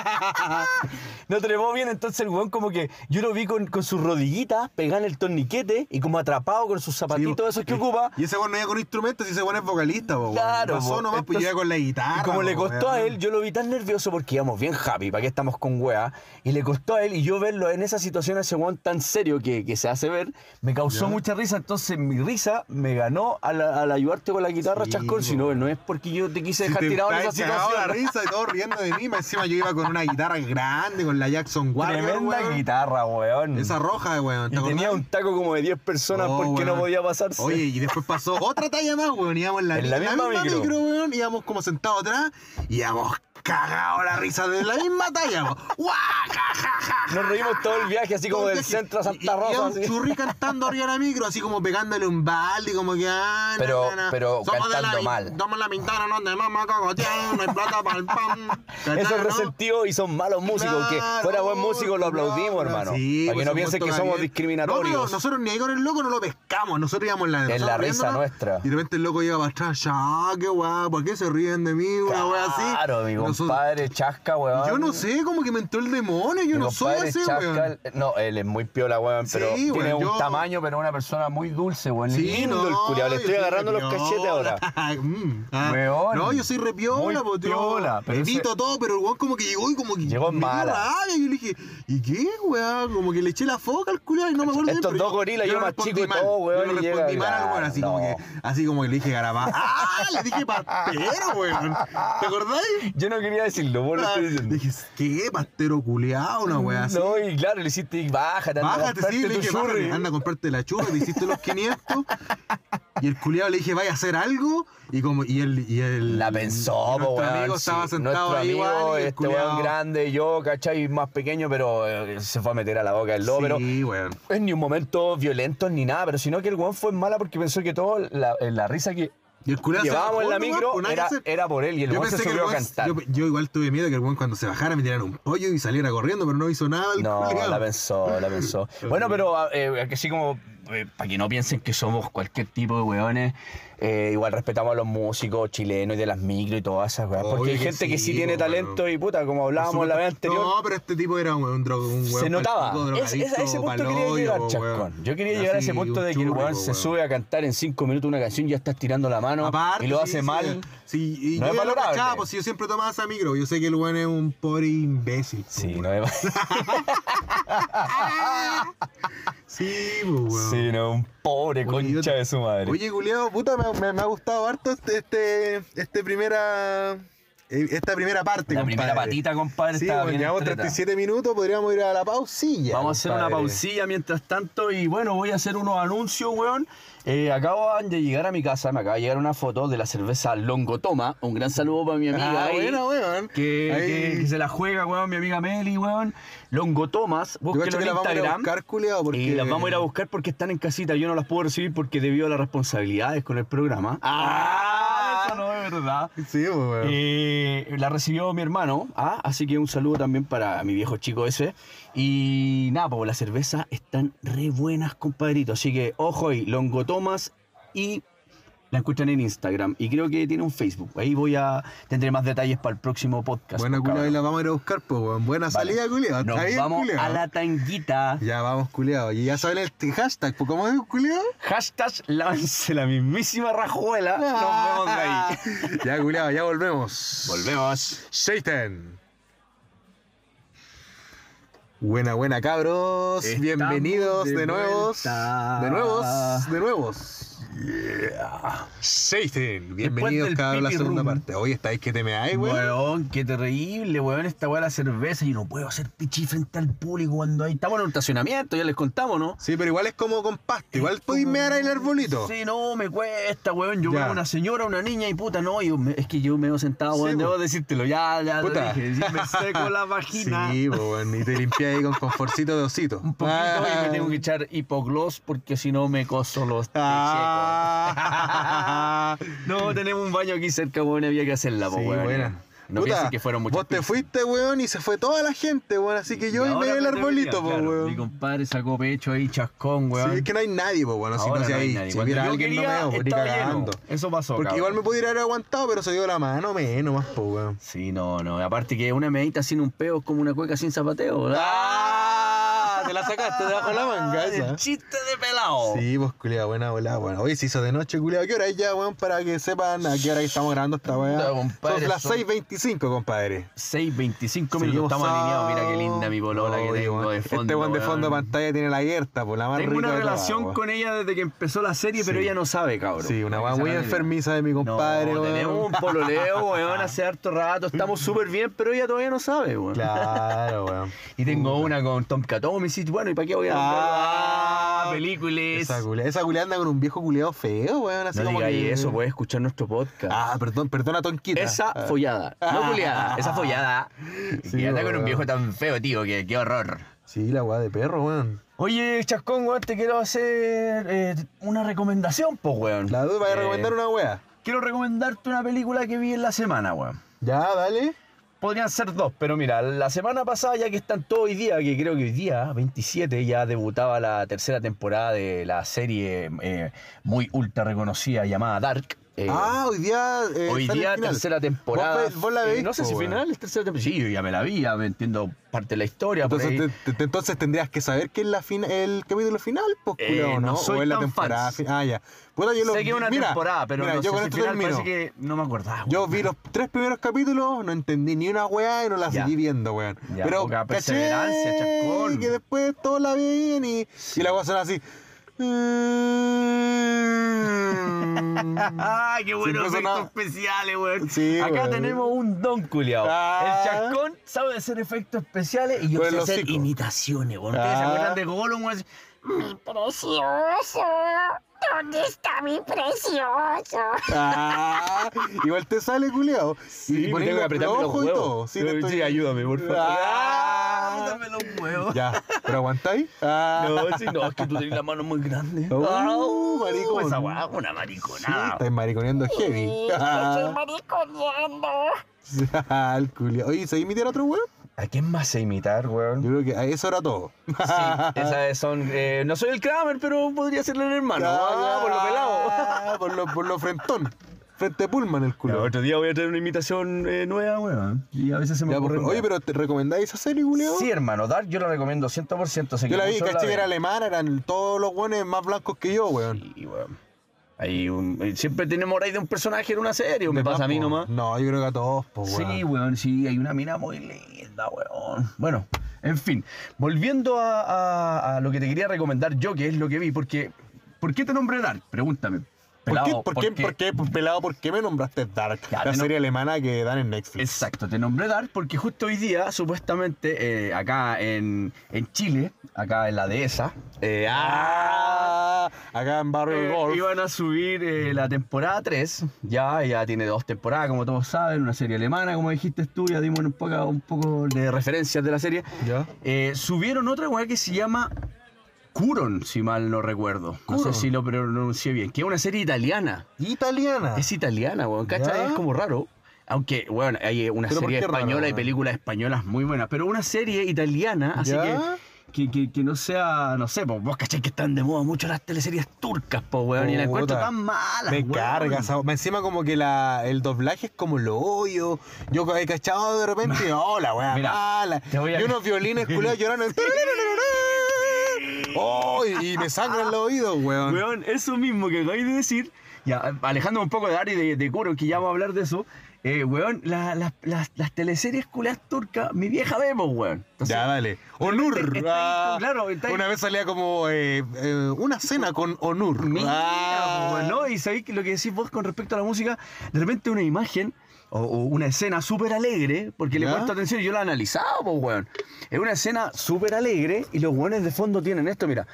Speaker 3: No trepó bien, entonces el weón como que yo lo vi con, con sus rodillitas pegando el torniquete y como atrapado con sus zapatitos esos que
Speaker 2: Y-
Speaker 3: ocupa.
Speaker 2: Y ese weón no iba con instrumentos, y ese weón es vocalista, po, weón.
Speaker 3: Claro,
Speaker 2: Pasó
Speaker 3: po.
Speaker 2: nomás, pues
Speaker 3: Entonces-
Speaker 2: llega con la guitarra.
Speaker 3: Y como le
Speaker 2: po,
Speaker 3: costó a
Speaker 2: weón.
Speaker 3: él, yo lo vi tan nervioso porque íbamos bien happy, ¿para qué estamos con wea? Y le costó a él, y yo verlo en esa situación a ese weón tan serio que, que se hace ver, me causó
Speaker 2: Ya.
Speaker 3: mucha risa. Entonces mi risa me ganó al, al ayudarte con la guitarra,
Speaker 2: Sí,
Speaker 3: Chascón.
Speaker 2: po.
Speaker 3: Si no, no es porque yo te quise
Speaker 2: Si
Speaker 3: dejar
Speaker 2: te
Speaker 3: tirado en esa
Speaker 2: estáis cagados
Speaker 3: situación.
Speaker 2: la risa y todo riendo de mí. más Encima yo iba con una guitarra grande, con la Jackson Warrior,
Speaker 3: Tremenda
Speaker 2: weón.
Speaker 3: guitarra, weón.
Speaker 2: Esa roja, weón.
Speaker 3: y
Speaker 2: ¿te
Speaker 3: tenía
Speaker 2: acordás?
Speaker 3: un taco como de 10 personas
Speaker 2: Oh,
Speaker 3: porque no
Speaker 2: weón.
Speaker 3: podía pasarse.
Speaker 2: Oye, y después pasó otra talla más, weón. Íbamos en la,
Speaker 3: En la misma micro.
Speaker 2: weón. Íbamos como sentados atrás. y Íbamos cagados la risa de la misma talla, weón. ¡Guau! ¡Ja, ja, ja!
Speaker 3: Nos reímos todo el viaje, así como del centro a Santa
Speaker 2: Y- y- y
Speaker 3: Rosa.
Speaker 2: un
Speaker 3: así.
Speaker 2: churri cantando arriba de la micro, así como pegándole un balde, como que. ah, na,
Speaker 3: Pero-
Speaker 2: na, na.
Speaker 3: pero
Speaker 2: de la
Speaker 3: cantando
Speaker 2: vi-
Speaker 3: mal.
Speaker 2: Somos la pintana, no de mamá, cogoteado, no hay plata para el pan.
Speaker 3: Esos
Speaker 2: ¿Cachai, no?
Speaker 3: resentidos y son malos músicos. que
Speaker 2: Claro,
Speaker 3: fuera buen músico lo aplaudimos,
Speaker 2: claro.
Speaker 3: hermano.
Speaker 2: Sí,
Speaker 3: para que
Speaker 2: por
Speaker 3: no piensen
Speaker 2: supuesto,
Speaker 3: que somos
Speaker 2: Gabriel.
Speaker 3: discriminatorios.
Speaker 2: No, pero nosotros ni ahí con el loco no lo pescamos. Nosotros íbamos en la
Speaker 3: Es
Speaker 2: nosotros
Speaker 3: la risa
Speaker 2: riéndonos,
Speaker 3: nuestra.
Speaker 2: Y de repente el loco llega para atrás. Ya, qué guapo, ¿por qué se ríen de mí? Una wea así.
Speaker 3: Claro, mi
Speaker 2: Nosotros-
Speaker 3: compadre Chasca, weón.
Speaker 2: Yo no sé, como que me entró el demonio. Yo
Speaker 3: Mi
Speaker 2: no soy
Speaker 3: compadre
Speaker 2: así,
Speaker 3: Chasca,
Speaker 2: weón.
Speaker 3: no, él es muy piola, weón,
Speaker 2: Sí,
Speaker 3: pero
Speaker 2: weón,
Speaker 3: tiene un
Speaker 2: yo-
Speaker 3: tamaño, pero es una persona muy dulce, weón. Lindo el
Speaker 2: no,
Speaker 3: culiao, le
Speaker 2: yo
Speaker 3: estoy
Speaker 2: soy
Speaker 3: agarrando los
Speaker 2: repiola.
Speaker 3: cachetes ahora.
Speaker 2: Mm, ah,
Speaker 3: Weón,
Speaker 2: no, yo soy repiola,
Speaker 3: muy
Speaker 2: pues, yo
Speaker 3: piola, pero
Speaker 2: evito
Speaker 3: ese-
Speaker 2: todo, pero el weón como que llegó y como que
Speaker 3: Llegó en
Speaker 2: me dio
Speaker 3: mala.
Speaker 2: rabia, yo le dije, ¿y qué, weón? Como que le eché la foca al culiao y no me acuerdo
Speaker 3: Estos
Speaker 2: bien, pero
Speaker 3: dos gorilas, yo
Speaker 2: le
Speaker 3: más
Speaker 2: respondí
Speaker 3: chico y
Speaker 2: mal,
Speaker 3: todo, weón,
Speaker 2: Yo le
Speaker 3: y llega
Speaker 2: respondí mal
Speaker 3: la-
Speaker 2: al weón, así como
Speaker 3: no.
Speaker 2: que, así como que le dije garabá. ¡Ah! Le dije pastero, weón. ¿Te acordáis?
Speaker 3: Yo no quería decirlo, vos lo
Speaker 2: Ah,
Speaker 3: estoy diciendo.
Speaker 2: dije, ¿qué? Pastero culiao, una weá así.
Speaker 3: No, y claro, le hiciste bájate, anda a
Speaker 2: Bájate, sí, le
Speaker 3: comprarte tu
Speaker 2: dije,
Speaker 3: churri.
Speaker 2: bájate, anda a comprarte la churra, te hiciste los 500. Y el culiado le dije, vaya a hacer algo. Y como, y él, y él.
Speaker 3: La pensó,
Speaker 2: Mm. y
Speaker 3: po,
Speaker 2: nuestro
Speaker 3: weón.
Speaker 2: amigo
Speaker 3: sí.
Speaker 2: estaba sentado
Speaker 3: Nuestro
Speaker 2: ahí
Speaker 3: amigo,
Speaker 2: igual. y el
Speaker 3: este
Speaker 2: culiao-
Speaker 3: weón grande, yo, ¿cachai? Más pequeño, pero eh, se fue a meter a la boca del lobo. pero
Speaker 2: Sí, weón.
Speaker 3: en ni un momento violento ni nada, pero sino que el weón fue mala porque pensó que todo la, la risa que
Speaker 2: Y el culiao se
Speaker 3: llevábamos
Speaker 2: bajó,
Speaker 3: en la
Speaker 2: no, weón,
Speaker 3: micro
Speaker 2: pues, nada que
Speaker 3: era,
Speaker 2: hacer.
Speaker 3: era por él y el
Speaker 2: Yo
Speaker 3: weón se
Speaker 2: pensé que el
Speaker 3: subió a
Speaker 2: weón-
Speaker 3: cantar.
Speaker 2: yo, yo igual tuve miedo que el weón cuando se bajara me tirara un pollo y saliera corriendo, pero no hizo nada. El
Speaker 3: No,
Speaker 2: culiao.
Speaker 3: la pensó, la pensó. Bueno, pero ah, eh, que sí como, para que no piensen que somos cualquier tipo de weones, eh, igual respetamos a los músicos chilenos y de las micro y todas esas weas, porque
Speaker 2: Obvio
Speaker 3: hay
Speaker 2: que
Speaker 3: gente que sí
Speaker 2: sí,
Speaker 3: tiene
Speaker 2: po,
Speaker 3: talento
Speaker 2: bueno.
Speaker 3: y puta, como hablábamos la vez anterior.
Speaker 2: No, pero este tipo era un, un, dro- un weón
Speaker 3: se notaba.
Speaker 2: palpico,
Speaker 3: Es- es- a ese
Speaker 2: drogadicto,
Speaker 3: punto quería
Speaker 2: paloyo,
Speaker 3: llegar,
Speaker 2: po,
Speaker 3: Chascón.
Speaker 2: weón.
Speaker 3: Yo quería
Speaker 2: Así,
Speaker 3: llegar a ese punto
Speaker 2: un
Speaker 3: de que el
Speaker 2: churri,
Speaker 3: weón
Speaker 2: po,
Speaker 3: se
Speaker 2: weón.
Speaker 3: sube a cantar en cinco minutos una canción y ya estás tirando la mano
Speaker 2: Aparte,
Speaker 3: y lo
Speaker 2: sí,
Speaker 3: hace
Speaker 2: sí,
Speaker 3: mal.
Speaker 2: Sí, y
Speaker 3: No
Speaker 2: yo ya
Speaker 3: es
Speaker 2: lo
Speaker 3: valorable.
Speaker 2: cachaba, pues si yo siempre tomaba esa micro, yo sé que el weón es un pobre imbécil. pues,
Speaker 3: Sí,
Speaker 2: weón.
Speaker 3: no es
Speaker 2: Sí, pues, weón.
Speaker 3: sí, no, un pobre
Speaker 2: Oye, yo-
Speaker 3: concha de su madre.
Speaker 2: Oye, culiao, puta, me, me- me ha gustado harto este, este, este primera, eh, esta primera parte,
Speaker 5: La
Speaker 2: compadre.
Speaker 5: primera patita, compadre,
Speaker 2: Sí,
Speaker 5: estaba
Speaker 2: weón,
Speaker 5: bien
Speaker 2: llevamos
Speaker 5: entreta.
Speaker 2: 37 minutos, podríamos ir a la pausilla.
Speaker 5: Vamos a hacer una
Speaker 2: compadre.
Speaker 5: pausilla mientras tanto y bueno, voy a hacer unos anuncios, weón. Eh, acabo de llegar a mi casa, me acaba de llegar una foto de la cerveza Longotoma. Un gran saludo para mi amiga.
Speaker 2: Ah,
Speaker 5: ahí,
Speaker 2: buena, weón.
Speaker 5: que,
Speaker 2: Ahí.
Speaker 5: que- que se la juega, weón, mi amiga Meli, weón. Longotomas,
Speaker 2: Yo cacho
Speaker 5: búsquelo
Speaker 2: que
Speaker 5: en
Speaker 2: la vamos a ir a
Speaker 5: Instagram.
Speaker 2: buscar, culiao, porque...
Speaker 5: Y las vamos a ir a buscar porque están en casita. Yo no las puedo recibir porque debido a las responsabilidades con el programa.
Speaker 2: Ah.
Speaker 5: eso no es verdad.
Speaker 2: Sí, pues, weón.
Speaker 5: Eh, la recibió mi hermano, ¿ah? así que un saludo también para mi viejo chico ese. Y nada, pues las cervezas están re buenas, compadrito. Así que ojo ahí, Longotomas y la encuentran en Instagram. Y creo que tiene un Facebook. Ahí voy a. Tendré más detalles para el próximo podcast.
Speaker 2: Buena,
Speaker 5: pues,
Speaker 2: culiao,
Speaker 5: cabrón.
Speaker 2: y la vamos a ir a buscar, pues, weón. Buena
Speaker 5: Vale.
Speaker 2: salida, culiao. Está
Speaker 5: Nos
Speaker 2: bien,
Speaker 5: vamos
Speaker 2: culiao.
Speaker 5: a la tanguita.
Speaker 2: Ya vamos, culiao. Y ya saben el t- hashtag, pues, ¿cómo es, culiao?
Speaker 5: Hashtag lance la mismísima rajuela. Nos vemos de ahí.
Speaker 2: ya, culiao, ya volvemos.
Speaker 5: Volvemos.
Speaker 2: Satan. Buena, buena, cabros.
Speaker 5: Estamos
Speaker 2: Bienvenidos
Speaker 5: de
Speaker 2: de, nuevos.
Speaker 5: vuelta.
Speaker 2: De nuevos, de nuevos. Seiten,
Speaker 3: del
Speaker 2: bienvenidos cada a la
Speaker 3: Pipi
Speaker 2: segunda
Speaker 3: Room.
Speaker 2: parte. Oye, estáis que te me hay, weón.
Speaker 3: Weón, qué terrible, weón, esta weá de la cerveza. Yo no puedo hacer pichi frente al público cuando hay. Estamos en un estacionamiento, ya les contamos, ¿no?
Speaker 2: Sí, pero igual es como con pasto. Igual podéis mear ahí el arbolito.
Speaker 3: Sí, no, me cuesta, weón. Yo
Speaker 2: Ya.
Speaker 3: veo a una señora, una niña y puta, no, yo me- es que yo me he sentado,
Speaker 2: Sí,
Speaker 3: weón,
Speaker 2: po.
Speaker 3: debo decírtelo, ya, ya, lo
Speaker 2: Puta.
Speaker 3: dije, sí, me seco la vagina.
Speaker 2: Sí, po, weón. Y te limpiáis ahí con conforcito de osito.
Speaker 3: Un poquito y
Speaker 2: Ah.
Speaker 3: me tengo que echar hipogloss porque si no me coso los
Speaker 2: Ah.
Speaker 3: pechecos. no, tenemos un baño aquí cerca, weón, había que hacerla, po,
Speaker 2: Sí,
Speaker 3: weón.
Speaker 2: buena.
Speaker 3: No
Speaker 2: Puta,
Speaker 3: piensen que fueron muchos
Speaker 2: Vos te
Speaker 3: pichis.
Speaker 2: fuiste, weón, y se fue toda la gente, weón. Así que yo
Speaker 3: Y
Speaker 2: y
Speaker 3: ahora
Speaker 2: me el
Speaker 3: me debería,
Speaker 2: arbolito, po,
Speaker 3: claro, Mi
Speaker 2: weón.
Speaker 3: compadre sacó pecho ahí, chascón,
Speaker 2: Sí,
Speaker 3: weón.
Speaker 2: es que no hay nadie, po, weón. Si
Speaker 3: Ahora
Speaker 2: no se
Speaker 3: no hay
Speaker 2: ahí,
Speaker 3: nadie.
Speaker 2: si
Speaker 3: Cuando
Speaker 2: hubiera
Speaker 3: yo
Speaker 2: alguien, no
Speaker 3: quería,
Speaker 2: me ni
Speaker 3: estaba lleno.
Speaker 2: cagando.
Speaker 3: Eso pasó,
Speaker 2: Porque
Speaker 3: cabrón.
Speaker 2: igual me pudiera haber aguantado, pero se dio la mano, me nomás, po, weón.
Speaker 3: Sí, no, no. Aparte que una medita sin un peo es como una cueca sin zapateo.
Speaker 2: ¡Ah! Te la sacaste debajo de la manga esa.
Speaker 3: Ah, El chiste de pelado.
Speaker 2: Sí, pues, culiao, buena bola, weón. Hoy se hizo de noche, culiao. ¿Qué hora es ya, weón? Para que sepan a qué hora que estamos grabando esta
Speaker 3: Puta,
Speaker 2: weá.
Speaker 3: compadre,
Speaker 2: Son las
Speaker 3: son-
Speaker 2: 6.25, compadre.
Speaker 3: 6.25 minutos.
Speaker 2: Seguimos
Speaker 3: Estamos
Speaker 2: sábado.
Speaker 3: alineados. Mira qué linda mi polola que
Speaker 2: Oye,
Speaker 3: tengo
Speaker 2: weón,
Speaker 3: de fondo.
Speaker 2: Este weón de fondo de
Speaker 3: weón.
Speaker 2: pantalla tiene la guerta, por la más
Speaker 3: Tengo
Speaker 2: rica
Speaker 3: una
Speaker 2: de todas,
Speaker 3: relación
Speaker 2: weón.
Speaker 3: con ella desde que empezó la serie, pero
Speaker 2: Sí.
Speaker 3: ella no sabe, cabrón.
Speaker 2: Sí, una weá
Speaker 3: Esa
Speaker 2: muy
Speaker 3: la tiene.
Speaker 2: enfermiza de mi compadre,
Speaker 3: no,
Speaker 2: weón.
Speaker 3: tenemos un pololeo, weón, hace harto rato, estamos súper bien, pero ella todavía no sabe, weón.
Speaker 2: Claro, weón.
Speaker 3: Y tengo una con Tom Catón, me dice, bueno, ¿y para qué voy a
Speaker 2: Ah,
Speaker 3: Ah, películas.
Speaker 2: Esa culia, esa culia anda con un viejo culiado feo, weón. Así
Speaker 3: No
Speaker 2: como
Speaker 3: digáis
Speaker 2: que...
Speaker 3: eso, puedes escuchar nuestro podcast.
Speaker 2: Ah, perdón, perdona, Tonquita.
Speaker 3: Esa
Speaker 2: Ah.
Speaker 3: follada, no culiada, esa follada.
Speaker 2: Sí,
Speaker 3: y anda con
Speaker 2: weón.
Speaker 3: un viejo tan feo, tío, que qué horror.
Speaker 2: Sí, la weá de perro, weón.
Speaker 3: Oye, Chascón, weón, te quiero hacer eh, una recomendación, pues, weón.
Speaker 2: La duda va a
Speaker 3: Eh,
Speaker 2: recomendar una weá.
Speaker 3: Quiero recomendarte una película que vi en la semana, weón.
Speaker 2: Ya, dale.
Speaker 3: Podrían ser dos, pero mira, la semana pasada, ya que están todos hoy día, que creo que hoy día, 27, ya debutaba la tercera temporada de la serie eh, muy ultra reconocida llamada Dark. Eh,
Speaker 2: ah, hoy día. eh,
Speaker 3: hoy
Speaker 2: sale el
Speaker 3: día,
Speaker 2: final.
Speaker 3: tercera temporada.
Speaker 2: ¿Vos, vos la
Speaker 3: Eh,
Speaker 2: veis?
Speaker 3: no sé
Speaker 2: po,
Speaker 3: si
Speaker 2: weón.
Speaker 3: final es tercera temporada. Sí, yo ya me la vi, ya me entiendo parte de la historia. por
Speaker 2: Entonces,
Speaker 3: ahí.
Speaker 2: te- te- entonces tendrías que saber que es la fina- el capítulo final, pues,
Speaker 3: Eh,
Speaker 2: culiao,
Speaker 3: no
Speaker 2: ¿no?
Speaker 3: soy
Speaker 2: o es la
Speaker 3: tan
Speaker 2: temporada
Speaker 3: fans.
Speaker 2: fin- Ah, ya. Puta, yo lo
Speaker 3: sé que es una
Speaker 2: mira,
Speaker 3: temporada, pero
Speaker 2: mira,
Speaker 3: no
Speaker 2: yo
Speaker 3: sé
Speaker 2: con
Speaker 3: si
Speaker 2: esto
Speaker 3: final
Speaker 2: termino.
Speaker 3: parece que no me acordaba.
Speaker 2: Yo
Speaker 3: weón.
Speaker 2: vi los tres primeros capítulos, no entendí ni una weá y no la
Speaker 3: Ya.
Speaker 2: seguí viendo, weón.
Speaker 3: Ya,
Speaker 2: Pero
Speaker 3: poca
Speaker 2: caché
Speaker 3: perseverancia, chascón.
Speaker 2: que después todo la bien y, y la weá suena así.
Speaker 3: ¡Ah, qué buenos
Speaker 2: Siempre
Speaker 3: efectos
Speaker 2: sonaba-
Speaker 3: especiales, weón!
Speaker 2: Sí,
Speaker 3: Acá
Speaker 2: weón.
Speaker 3: tenemos un don culiao.
Speaker 2: Ah.
Speaker 3: El chascón sabe hacer efectos especiales y yo
Speaker 2: Con
Speaker 3: sé
Speaker 2: el
Speaker 3: hacer
Speaker 2: hocico.
Speaker 3: imitaciones, weón. ¿Ustedes se
Speaker 2: Ah.
Speaker 3: acuerdan de Gollum, weón?
Speaker 6: Mi precioso. ¿Dónde está mi precioso?
Speaker 2: Ah, igual te sale, culiao.
Speaker 3: me
Speaker 2: ponés
Speaker 3: tengo que apretarme los
Speaker 2: ojos y
Speaker 3: huevos.
Speaker 2: todo. Sí, te
Speaker 3: Sí,
Speaker 2: estoy-
Speaker 3: ayúdame, por favor.
Speaker 2: Ah.
Speaker 3: Dame los huevos.
Speaker 2: Ya, pero aguantáis. Ah.
Speaker 3: No, si no, es que tú tenés la mano muy grande.
Speaker 2: Uh,
Speaker 3: Au,
Speaker 2: maricón.
Speaker 3: Esa weá, una
Speaker 2: Sí,
Speaker 3: mariconada.
Speaker 2: estáis mariconeando heavy.
Speaker 6: Y estoy mariconeando.
Speaker 2: Ah, el culiao. Oye, ¿se imitar otro weón?
Speaker 3: ¿A quién más se imitar, weón?
Speaker 2: Yo creo que a eso era todo.
Speaker 3: Sí, esas son. eh, no soy el Kramer, pero podría ser el hermano. Ah, por lo pelado.
Speaker 2: pelado. Por lo, por lo frentón. Frente Pullman el
Speaker 3: Ya,
Speaker 2: culo.
Speaker 3: otro día voy a traer una imitación eh, nueva, weón. Y a veces se me
Speaker 2: Ya,
Speaker 3: ocurre.
Speaker 2: pues, oye, pero ¿te recomendáis esa serie, Julio?
Speaker 3: Sí, hermano, Dark yo la recomiendo 100%. sé que
Speaker 2: Yo la vi,
Speaker 3: muchos
Speaker 2: caché que era
Speaker 3: ven.
Speaker 2: alemana, eran todos los buenos más blancos que yo, weón.
Speaker 3: Sí, weón. Hay un- eh, siempre tenemos raíz de un personaje en una serie, o
Speaker 2: De
Speaker 3: me pasa a mí
Speaker 2: más, po.
Speaker 3: nomás.
Speaker 2: No, yo creo que a todos, pues, weón.
Speaker 3: Sí, Oh, weón, sí, hay una mina muy linda, weón. Bueno, en fin, volviendo a, a- a lo que te quería recomendar yo, que es lo que vi, porque. ¿Por qué te nombré Dark? Pregúntame.
Speaker 2: ¿Por qué,
Speaker 3: Pelado,
Speaker 2: por, qué,
Speaker 3: porque-
Speaker 2: por qué, por- pelado, por qué me nombraste Dark?
Speaker 3: Ya,
Speaker 2: la
Speaker 3: te no-
Speaker 2: serie alemana que dan en Netflix.
Speaker 3: Exacto, te nombré Dark porque justo hoy día, supuestamente, eh, acá en, en Chile, acá en la dehesa, eh,
Speaker 2: Ah,
Speaker 3: ¡ah!
Speaker 2: acá en Barrio
Speaker 3: Eh,
Speaker 2: Golf.
Speaker 3: iban a subir eh, la temporada 3, ya, ya tiene dos temporadas, como todos saben, una serie alemana, como dijiste tú, ya dimos un poco, un poco de referencias de la serie.
Speaker 2: Ya.
Speaker 3: Eh, subieron otra weá que se llama Curon, si mal no recuerdo. No
Speaker 2: Curon.
Speaker 3: sé si lo pronuncié bien, que es una serie italiana.
Speaker 2: Italiana.
Speaker 3: Es italiana, weón,
Speaker 2: ¿Ya?
Speaker 3: ¿cachai? Es como raro. Aunque, bueno, hay eh, una
Speaker 2: ¿Pero por
Speaker 3: serie
Speaker 2: qué raro,
Speaker 3: española y
Speaker 2: weón?
Speaker 3: películas españolas muy buenas, pero una serie italiana, así
Speaker 2: ¿Ya?
Speaker 3: que que, que- que no sea, no sé, pues vos cachai que están de moda mucho las teleseries turcas, po, weón, y la encuentro
Speaker 2: Puta.
Speaker 3: tan mala.
Speaker 2: Me
Speaker 3: weón.
Speaker 2: carga, esa- me encima como que la, el doblaje es como lo hoyo. Yo he cachado de repente, oh, la wea
Speaker 3: Mira,
Speaker 2: mala.
Speaker 3: te voy a-
Speaker 2: Y unos violines culiados llorando. Oh, y, y me sangran los oídos, weón.
Speaker 3: Weón, eso mismo que acabáis de decir, ya, alejando un poco de Ari de, de Kuro, que ya vamos a hablar de eso, eh, weón, la- la- las, las teleseries culas turcas, mi vieja vemos, weón. Entonces,
Speaker 2: ya, dale. Onur.
Speaker 3: está ahí,
Speaker 2: ah.
Speaker 3: claro, está ahí.
Speaker 2: Una vez salía como eh, eh, una cena con Onur.
Speaker 3: Mira,
Speaker 2: Ah.
Speaker 3: weón, ¿no? Y sabéis que lo que decís vos con respecto a la música, de repente una imagen o, o una escena súper alegre, porque le
Speaker 2: ¿Ya?
Speaker 3: he puesto atención y yo la he analizado, pues, weón. Es una escena súper alegre y los weones de fondo tienen esto, mira.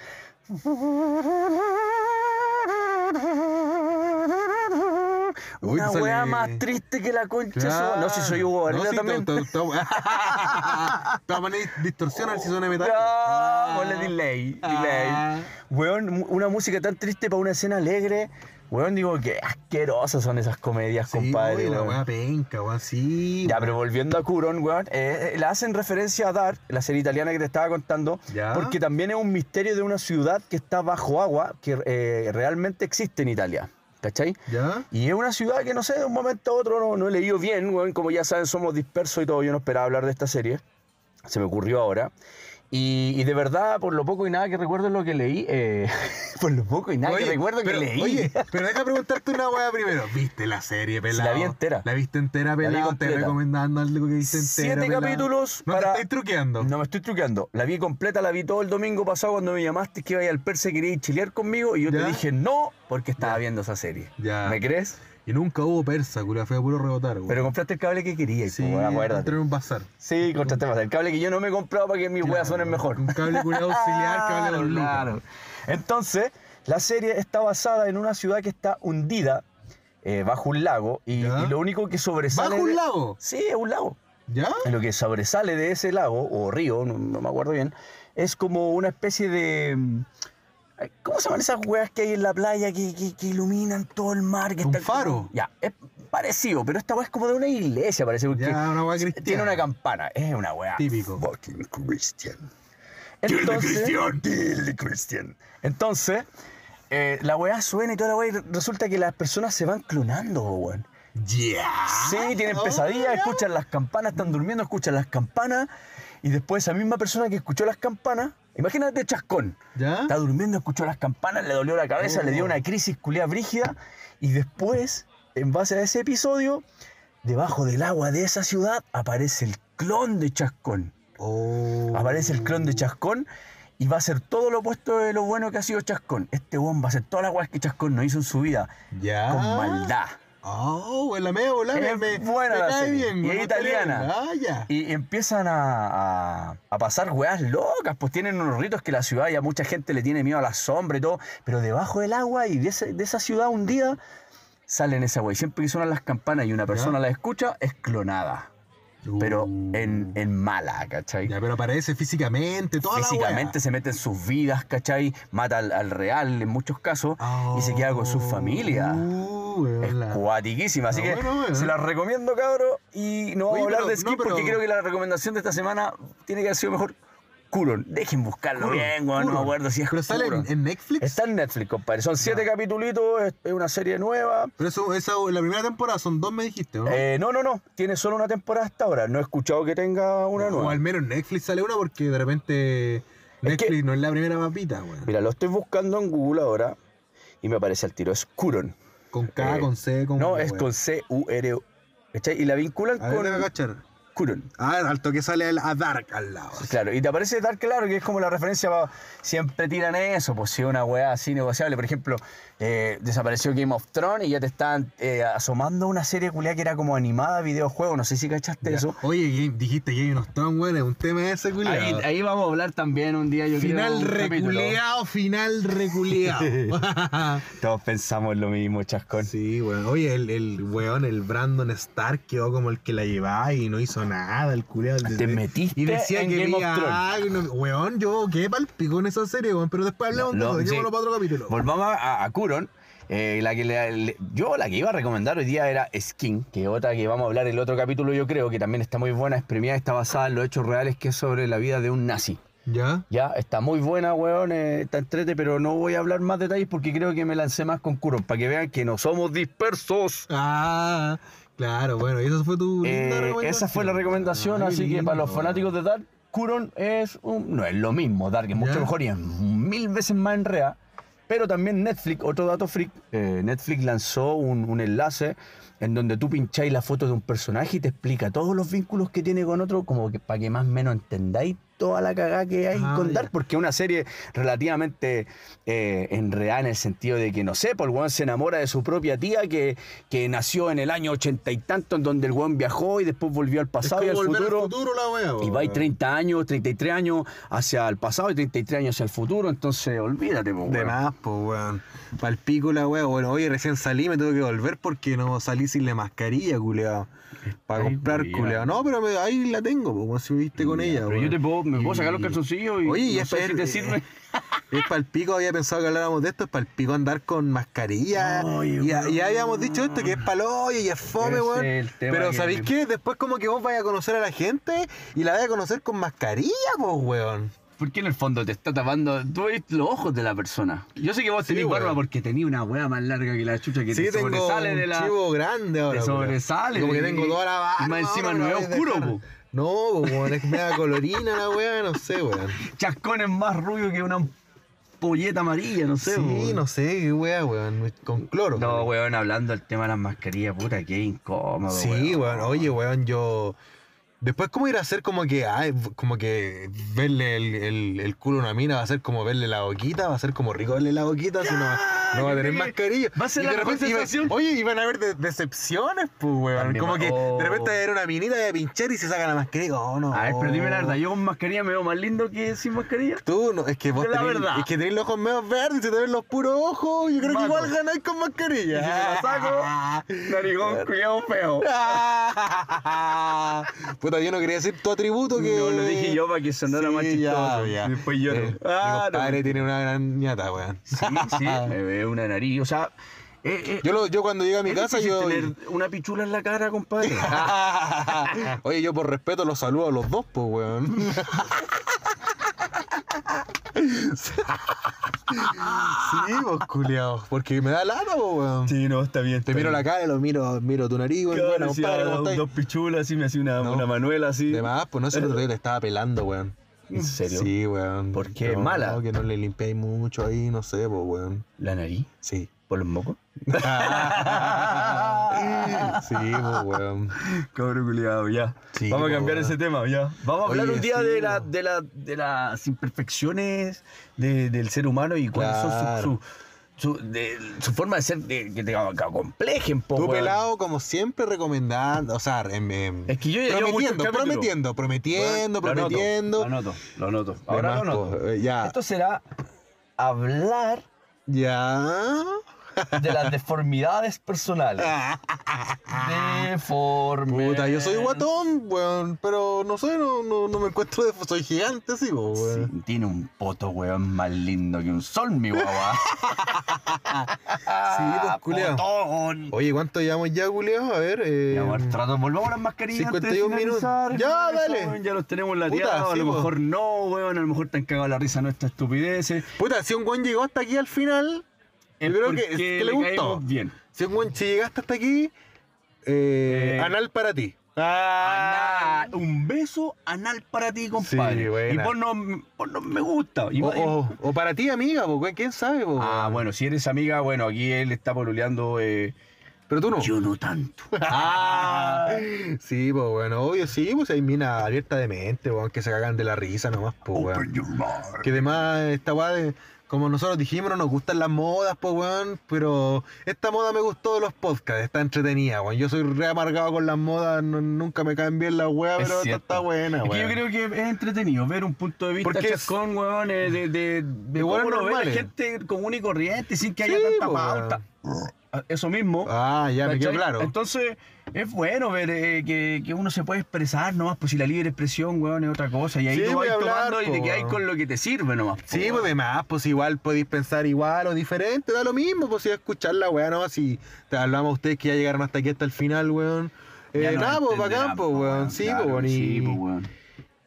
Speaker 2: Uy,
Speaker 3: una
Speaker 2: te sale-
Speaker 3: weá más triste que la concha. de su- No, si soy Hugo Varela también.
Speaker 2: De todas maneras distorsionan si suena Ah. metal.
Speaker 3: No, Ah, ponle delay, delay.
Speaker 2: Ah.
Speaker 3: Weón, mu- una música tan triste para una escena alegre. Weón, digo que asquerosas son esas comedias,
Speaker 2: Sí,
Speaker 3: compadre.
Speaker 2: uy, la
Speaker 3: weón.
Speaker 2: weá penca, weón, sí.
Speaker 3: Ya, pero volviendo a Curon, weón, eh, eh, la hacen referencia a Dark, la serie italiana que te estaba contando,
Speaker 2: Ya.
Speaker 3: porque también es un misterio de una ciudad que está bajo agua, que eh, realmente existe en Italia, ¿cachai?
Speaker 2: ¿Ya?
Speaker 3: Y es una ciudad que no sé, de un momento a otro no, no he leído bien, weón, como ya saben, somos dispersos y todo, yo no esperaba hablar de esta serie, se me ocurrió ahora. Y, y de verdad, por lo poco y nada que recuerdo es lo que leí, eh, por lo poco y nada
Speaker 2: Oye,
Speaker 3: que recuerdo
Speaker 2: pero,
Speaker 3: que leí.
Speaker 2: Oye, pero deja preguntarte una weá primero. ¿Viste la serie, pelado?
Speaker 3: vi entera.
Speaker 2: La viste entera,
Speaker 3: vi
Speaker 2: pelado. Te
Speaker 3: completa.
Speaker 2: recomendando algo que viste
Speaker 3: Siete
Speaker 2: entera. pelado.
Speaker 3: capítulos
Speaker 2: No
Speaker 3: para-
Speaker 2: te estáis truqueando.
Speaker 3: No me estoy truqueando. La vi completa, la vi todo el domingo pasado cuando me llamaste que iba al Perse, quería ir chilear conmigo y yo
Speaker 2: ¿Ya?
Speaker 3: te dije no porque estaba viendo esa serie.
Speaker 2: Ya.
Speaker 3: ¿Me crees?
Speaker 2: Y nunca hubo persa, culia. Fue puro rebotar, weón.
Speaker 3: Pero compraste el cable que querías,
Speaker 2: sí,
Speaker 3: sí, acuérdate.
Speaker 2: entré en un bazar.
Speaker 3: Sí, compraste más. El cable que yo no me he comprado para que mis weas suenen mejor.
Speaker 2: Un cable culiado auxiliar, cable de
Speaker 3: Claro,
Speaker 2: dos lucas.
Speaker 3: claro. Entonces, la serie está basada en una ciudad que está hundida eh, bajo un lago y,
Speaker 2: ¿Ya?
Speaker 3: y lo único que sobresale...
Speaker 2: ¿Bajo
Speaker 3: de-
Speaker 2: un lago?
Speaker 3: Sí, es un lago.
Speaker 2: ¿Ya?
Speaker 3: lo que sobresale de ese lago o río, no, no me acuerdo bien, es como una especie de. mm, ay, ¿Cómo se llaman esas huevas que hay en la playa que, que- que iluminan todo el mar? Que
Speaker 2: ¿Un
Speaker 3: están como-
Speaker 2: faro?
Speaker 3: Ya, es parecido, pero esta hueá es como de una iglesia, parece, porque
Speaker 2: Ya, una weá cristiana.
Speaker 3: tiene una campana. Es una hueá.
Speaker 2: Típico.
Speaker 3: Fucking Christian. Entonces, Tilde Christian. Entonces, eh, la hueá suena y toda la hueá, y re- resulta que las personas se van clonando, weón.
Speaker 2: Yeah.
Speaker 3: Sí, tienen
Speaker 2: Oh,
Speaker 3: pesadillas,
Speaker 2: ya.
Speaker 3: escuchan las campanas, están durmiendo, escuchan las campanas. Y después esa misma persona que escuchó las campanas, imagínate Chascón,
Speaker 2: ¿Ya?
Speaker 3: está durmiendo, escuchó las campanas, le dolió la cabeza,
Speaker 2: Oh.
Speaker 3: le dio una crisis culia brígida. Y después, en base a ese episodio, debajo del agua de esa ciudad aparece el clon de Chascón.
Speaker 2: Oh.
Speaker 3: Aparece el clon de Chascón y va a ser todo lo opuesto de lo bueno que ha sido Chascón. Este weón va a hacer todas las weas que Chascón no hizo en su vida,
Speaker 2: Ya.
Speaker 3: con maldad.
Speaker 2: Oh, en la media volada.
Speaker 3: Es
Speaker 2: me,
Speaker 3: buena
Speaker 2: me
Speaker 3: la
Speaker 2: cae
Speaker 3: serie.
Speaker 2: bien.
Speaker 3: Y
Speaker 2: me
Speaker 3: es
Speaker 2: gusta leer.
Speaker 3: italiana.
Speaker 2: Ah, ya.
Speaker 3: Y empiezan a, a- a pasar weas locas, pues tienen unos ritos que la ciudad ya mucha gente le tiene miedo a la sombra y todo, pero debajo del agua y de, ese- de esa ciudad un día salen esa wea. Y siempre que suenan las campanas y una persona la escucha, es clonada, pero
Speaker 2: Uh.
Speaker 3: en, en mala, ¿cachai?
Speaker 2: Ya, pero aparece físicamente, toda
Speaker 3: Físicamente
Speaker 2: la
Speaker 3: se mete en sus vidas, ¿cachai? Mata al, al real en muchos casos
Speaker 2: wea.
Speaker 3: y se queda con su
Speaker 2: Oh,
Speaker 3: familia.
Speaker 2: uh, weón,
Speaker 3: Es
Speaker 2: la-
Speaker 3: cuatiquísima, así
Speaker 2: Ah,
Speaker 3: que
Speaker 2: bueno, bueno.
Speaker 3: se las recomiendo, cabro. Y no vamos
Speaker 2: Oye,
Speaker 3: a hablar
Speaker 2: pero-
Speaker 3: de
Speaker 2: no,
Speaker 3: Skip porque
Speaker 2: pero-
Speaker 3: creo que la recomendación de esta semana tiene que haber sido mejor. Curon, dejen buscarlo
Speaker 2: Curon,
Speaker 3: bien, weón, no me
Speaker 2: Curon.
Speaker 3: acuerdo si es
Speaker 2: Pero sale
Speaker 3: Curon.
Speaker 2: en, en Netflix. Ah.
Speaker 3: Está en Netflix, compadre. Son siete capítulos, es, es una serie nueva.
Speaker 2: Pero eso, esa, la primera temporada son dos, me dijiste, ¿no?
Speaker 3: Eh, no, no, no. Tiene solo una temporada hasta ahora. No he escuchado que tenga una
Speaker 2: O
Speaker 3: nueva.
Speaker 2: al menos en Netflix sale una porque de repente Netflix no es la primera papita, weón.
Speaker 3: Mira, lo estoy buscando en Google ahora y me aparece al tiro. Es Curon.
Speaker 2: Con K,
Speaker 3: eh,
Speaker 2: con C, con.
Speaker 3: No, es
Speaker 2: weón.
Speaker 3: con C-U-R-O. ¿Cachai? Y la vinculan
Speaker 2: A ver, déjame
Speaker 3: con
Speaker 2: cachar.
Speaker 3: Curon.
Speaker 2: Ah, al toque sale el, a Dark al lado.
Speaker 3: Claro, y te aparece Dark claro que es como la referencia, pa- siempre tiran eso, pues si es una weá así negociable. Por ejemplo, eh, desapareció Game of Thrones y ya te están eh, asomando una serie culiá que era como animada, videojuego, no sé si cachaste
Speaker 2: Ya.
Speaker 3: eso.
Speaker 2: Oye, Game- dijiste Game of Thrones, weón, es un tema ese, culiao.
Speaker 3: vamos a hablar también un día, yo
Speaker 2: Final reculeado, final reculeado.
Speaker 3: Todos pensamos lo mismo, chascón.
Speaker 2: Sí, weón. Oye, el, el weón, el Brandon Stark quedó como el que la llevaba y no hizo nada, el culiado.
Speaker 3: Te metiste
Speaker 2: Y decía
Speaker 3: en
Speaker 2: que
Speaker 3: Game of
Speaker 2: veía
Speaker 3: Thrones.
Speaker 2: algo. y no- weón, yo quedé palpico en esa serie, weón. Pero después hablamos
Speaker 3: No,
Speaker 2: de
Speaker 3: no,
Speaker 2: eso.
Speaker 3: sí.
Speaker 2: Llevémoslo para otro capítulo.
Speaker 3: Volvamos a, a Curon. eh, la que le- le- yo la que iba a recomendar hoy día era Skin, que otra que vamos a hablar el otro capítulo, yo creo, que también está muy buena, es premiada, está basada en los hechos reales, que es sobre la vida de un nazi.
Speaker 2: ¿Ya?
Speaker 3: Ya, está muy buena, weón, eh, está entrete, pero no voy a hablar más detalles porque creo que me lancé más con Curon, para que vean que no somos dispersos.
Speaker 2: Ah, claro, bueno. Y esa fue tu
Speaker 3: Eh,
Speaker 2: linda recomendación.
Speaker 3: esa fue la recomendación,
Speaker 2: Ay,
Speaker 3: así que para los
Speaker 2: lindo.
Speaker 3: fanáticos de Dark, Curon es un, no es lo mismo, Dark es mucho
Speaker 2: Ya.
Speaker 3: mejor y es mil veces más enrea. Pero también Netflix, otro dato freak, eh, Netflix lanzó un, un enlace en donde tú pincháis la foto de un personaje y te explica todos los vínculos que tiene con otro, como que para que más o menos entendáis toda la cagada que hay
Speaker 2: Ah,
Speaker 3: con
Speaker 2: ya.
Speaker 3: Dark, porque es una serie relativamente eh, enredada en el sentido de que, no sé, pues el weón se enamora de su propia tía que, que nació en el año ochenta y tanto, en donde el weón viajó y después volvió al pasado y
Speaker 2: es
Speaker 3: al
Speaker 2: como volver
Speaker 3: futuro.
Speaker 2: al futuro la wea.
Speaker 3: Y
Speaker 2: po,
Speaker 3: va y
Speaker 2: weón.
Speaker 3: 30 años, 33 años hacia el pasado y 33 años hacia el futuro, entonces olvídate, po,
Speaker 2: De
Speaker 3: weón.
Speaker 2: más, pues, weón. Palpico la weá. Bueno, hoy recién salí, me tuve que volver porque no salí sin la mascarilla, culeado. Para
Speaker 3: Ay,
Speaker 2: comprar,
Speaker 3: culiao.
Speaker 2: culeado. No, pero me- ahí la tengo, pues, weón, si viste con ella,
Speaker 3: Pero
Speaker 2: weón.
Speaker 3: yo te puedo, me puedo sacar los
Speaker 2: Y-
Speaker 3: calzoncillos y
Speaker 2: Oye, y
Speaker 3: no
Speaker 2: es, eh,
Speaker 3: sé si te sirve.
Speaker 2: es palpico, había pensado que habláramos de esto, es palpico andar con mascarilla.
Speaker 3: Ay,
Speaker 2: y, a- y
Speaker 3: weón.
Speaker 2: habíamos dicho esto, que es paloyo y es fome,
Speaker 3: Ese
Speaker 2: weón.
Speaker 3: es el tema
Speaker 2: Pero
Speaker 3: que-
Speaker 2: ¿sabéis qué? Después como que vos vayas a conocer a la gente y la vayas a conocer con mascarilla, pues, weón.
Speaker 3: Porque en el fondo te está tapando tú ves los ojos de la persona. Yo sé que vos
Speaker 2: Sí,
Speaker 3: tenés barba
Speaker 2: weón.
Speaker 3: porque tenés una wea más larga que la chucha que
Speaker 2: Sí,
Speaker 3: te
Speaker 2: tengo
Speaker 3: sobresale
Speaker 2: un
Speaker 3: de la.
Speaker 2: chivo grande ahora.
Speaker 3: te
Speaker 2: culiao.
Speaker 3: sobresale,
Speaker 2: Como que
Speaker 3: y-
Speaker 2: tengo toda la barba.
Speaker 3: y más encima
Speaker 2: ahora,
Speaker 3: no
Speaker 2: me la
Speaker 3: es
Speaker 2: voy a
Speaker 3: oscuro,
Speaker 2: dejar.
Speaker 3: po.
Speaker 2: No, po, weón, es media colorina la weá, no sé, weón.
Speaker 3: Chascón es más rubio que una polleta amarilla, no sé,
Speaker 2: Sí,
Speaker 3: weón.
Speaker 2: no sé, qué weá, weón. Con cloro.
Speaker 3: No,
Speaker 2: weón.
Speaker 3: weón, hablando del tema de las mascarillas, puta, qué incómodo,
Speaker 2: Sí, weón. Oye, weón, yo. Después, ¿cómo ir a hacer como que. ay, como que verle el, el- el culo a una mina va a ser como verle la boquita, va a ser como rico verle la boquita, si no, va- no va a
Speaker 3: yo
Speaker 2: tener
Speaker 3: creo que
Speaker 2: mascarilla.
Speaker 3: va a ser
Speaker 2: Y
Speaker 3: la
Speaker 2: de
Speaker 3: mejor
Speaker 2: repente iba-
Speaker 3: sensación.
Speaker 2: Oye, y van a haber de- decepciones, pues, weón.
Speaker 3: También
Speaker 2: como
Speaker 3: va-
Speaker 2: que
Speaker 3: oh.
Speaker 2: de repente va a haber una minita de pinchar y se saca la mascarilla. y digo, Oh, no.
Speaker 3: A ver, pero dime la verdad, yo con mascarilla me veo más lindo que sin mascarilla.
Speaker 2: Tú, no, es que vos
Speaker 3: Es la
Speaker 2: tenés,
Speaker 3: verdad.
Speaker 2: es que tenés los ojos medio verdes y te ven los puros ojos. Yo creo
Speaker 3: Mato.
Speaker 2: que igual ganáis con mascarilla.
Speaker 3: Y si me la saco, narigón, culiao feo.
Speaker 2: Puta, yo no quería decir tu atributo que.
Speaker 3: No, lo dije yo para que sonara más chistoso. Después lloro.
Speaker 2: Eh,
Speaker 3: Ah,
Speaker 2: mi
Speaker 3: no.
Speaker 2: padre tiene una gran ñata, weón.
Speaker 3: Sí, sí, me veo una nariz, o sea... eh, eh,
Speaker 2: Yo, lo- yo cuando llegué a mi
Speaker 3: es
Speaker 2: casa,
Speaker 3: difícil
Speaker 2: yo. Ah,
Speaker 3: tener una pichula en la cara, compadre.
Speaker 2: Oye, yo por respeto los saludo a los dos, pues, weón. sí, vos, culiao. Porque me da lata, pues, weón.
Speaker 1: Sí, no, está bien.
Speaker 2: Te miro la cara, lo miro, miro tu nariz, weón.
Speaker 1: Claro,
Speaker 2: Bueno,
Speaker 1: si
Speaker 2: compadre,
Speaker 1: ahora
Speaker 2: ¿cómo
Speaker 1: un-
Speaker 2: estáis?
Speaker 1: dos pichulas, así me hacía una,
Speaker 2: No.
Speaker 1: una manuela así.
Speaker 2: De más, pues no sé, el otro día le estaba pelando, weón.
Speaker 3: ¿En serio?
Speaker 2: Sí, weón.
Speaker 3: ¿Por qué?
Speaker 2: No,
Speaker 3: ¿Mala?
Speaker 2: No, que no le limpiáis mucho ahí, no sé, pues, weón.
Speaker 3: ¿La nariz?
Speaker 2: Sí.
Speaker 3: ¿Por los mocos?
Speaker 2: sí, pues, weón.
Speaker 1: Cabrón culiado, ya.
Speaker 2: Sí,
Speaker 1: Vamos a
Speaker 2: po,
Speaker 1: cambiar
Speaker 2: weón.
Speaker 1: ese tema, ya. Vamos a hablar
Speaker 2: Oye,
Speaker 1: un día
Speaker 2: sí,
Speaker 1: de, la-
Speaker 2: po.
Speaker 1: de, la- de las imperfecciones de- del ser humano y cuáles son
Speaker 2: Claro.
Speaker 1: su, su- su- de- su forma de ser de- que te complejen, po,
Speaker 2: Tú
Speaker 1: weón.
Speaker 2: pelado, como siempre, recomendando. O sea, em, em,
Speaker 1: Es que yo ya llevo muchos
Speaker 2: prometiendo,
Speaker 1: capítulos.
Speaker 2: prometiendo, prometiendo,
Speaker 3: Lo anoto,
Speaker 2: prometiendo.
Speaker 3: Lo anoto, lo anoto.
Speaker 2: De
Speaker 3: Ahora
Speaker 2: más,
Speaker 3: lo anoto.
Speaker 2: po, eh, ya.
Speaker 1: Esto será hablar
Speaker 2: Ya.
Speaker 1: de las deformidades personales. Deforme.
Speaker 2: Puta, yo soy guatón, weón. Pero no sé, no, no, no me encuentro de. Soy gigante, sí, po, weón.
Speaker 3: Sí, tiene un poto, weón, más lindo que un sol, mi guagua.
Speaker 2: Sí, pues, culiao.
Speaker 3: ¡Potón!
Speaker 2: Oye, ¿cuánto llevamos ya, culiao? A ver. Eh...
Speaker 3: Ya, bueno, trato, volvamos a las mascarillas. antes de
Speaker 2: 51 minutos.
Speaker 3: finalizar,
Speaker 2: Ya,
Speaker 3: hermano,
Speaker 2: dale.
Speaker 3: eso, weón, Ya los tenemos
Speaker 2: Puta,
Speaker 3: lateados, a
Speaker 2: sí, pues.
Speaker 3: lo
Speaker 2: po.
Speaker 3: mejor no, weón, a lo mejor te han cagado la risa nuestras estupideces.
Speaker 2: Puta, si un guan llegó hasta aquí al final, yo creo que,
Speaker 3: Porque
Speaker 2: que le gustó.
Speaker 3: caímos Bien.
Speaker 2: Si un guan llegaste hasta aquí, eh,
Speaker 3: Eh,
Speaker 2: anal para ti. Ah.
Speaker 3: Anal, un beso anal para ti, compadre. y
Speaker 2: buena.
Speaker 3: ponnos, ponnos me gusta. Y
Speaker 2: O,
Speaker 3: ma- y-
Speaker 2: o- o para ti, amiga, po, weón, quién sabe, po,
Speaker 3: Ah,
Speaker 2: weón.
Speaker 3: bueno, si eres amiga, bueno, aquí él está poluleando. eh,
Speaker 2: Pero tú no.
Speaker 3: Yo no tanto.
Speaker 2: Ah, sí, pues bueno, obvio, sí, pues hay minas abiertas de mente, weón, que se cagan de la risa nomás, pues
Speaker 3: Open
Speaker 2: weón.
Speaker 3: your mouth.
Speaker 2: Que además esta weá de. Como nosotros dijimos, no nos gustan las modas, pues weón, pero esta moda me gustó de los podcasts, está entretenida, weón. Yo soy re amargado con las modas, no- nunca me caen bien las weas,
Speaker 3: Es
Speaker 2: pero esta
Speaker 3: cierto.
Speaker 2: está buena,
Speaker 3: Es que
Speaker 2: weón.
Speaker 3: yo creo que es entretenido ver un punto de vista
Speaker 2: Porque es-
Speaker 3: chascón, weón, eh, de, de, de,
Speaker 2: weones
Speaker 3: cómo lo ve la
Speaker 2: normales.
Speaker 3: gente común y corriente sin que
Speaker 2: Sí,
Speaker 3: haya tanta
Speaker 2: po, weón.
Speaker 3: pauta. Eso mismo.
Speaker 2: Ah, ya, me quedó
Speaker 3: ¿Cachai?
Speaker 2: claro.
Speaker 3: Entonces, es bueno ver eh, que, que uno se puede expresar nomás, pues si la libre expresión, weón, es otra cosa. Y ahí
Speaker 2: Sí,
Speaker 3: tú
Speaker 2: voy
Speaker 3: vas
Speaker 2: a hablar,
Speaker 3: tomando y
Speaker 2: po,
Speaker 3: te quedas
Speaker 2: weón.
Speaker 3: con lo que te sirve nomás. po,
Speaker 2: Sí,
Speaker 3: weón.
Speaker 2: pues demás, pues igual podéis pensar igual o diferente, da lo mismo, pues si vas a escuchar la weá, no, si te hablamos a ustedes que ya llegaron hasta aquí hasta el final, weón.
Speaker 3: Ya
Speaker 2: Eh,
Speaker 3: nos
Speaker 2: nada, pues
Speaker 3: entenderán,
Speaker 2: bacán, pues
Speaker 3: po,
Speaker 2: weón, sí,
Speaker 3: claro,
Speaker 2: pues weón. Y,
Speaker 3: sí, po, weón.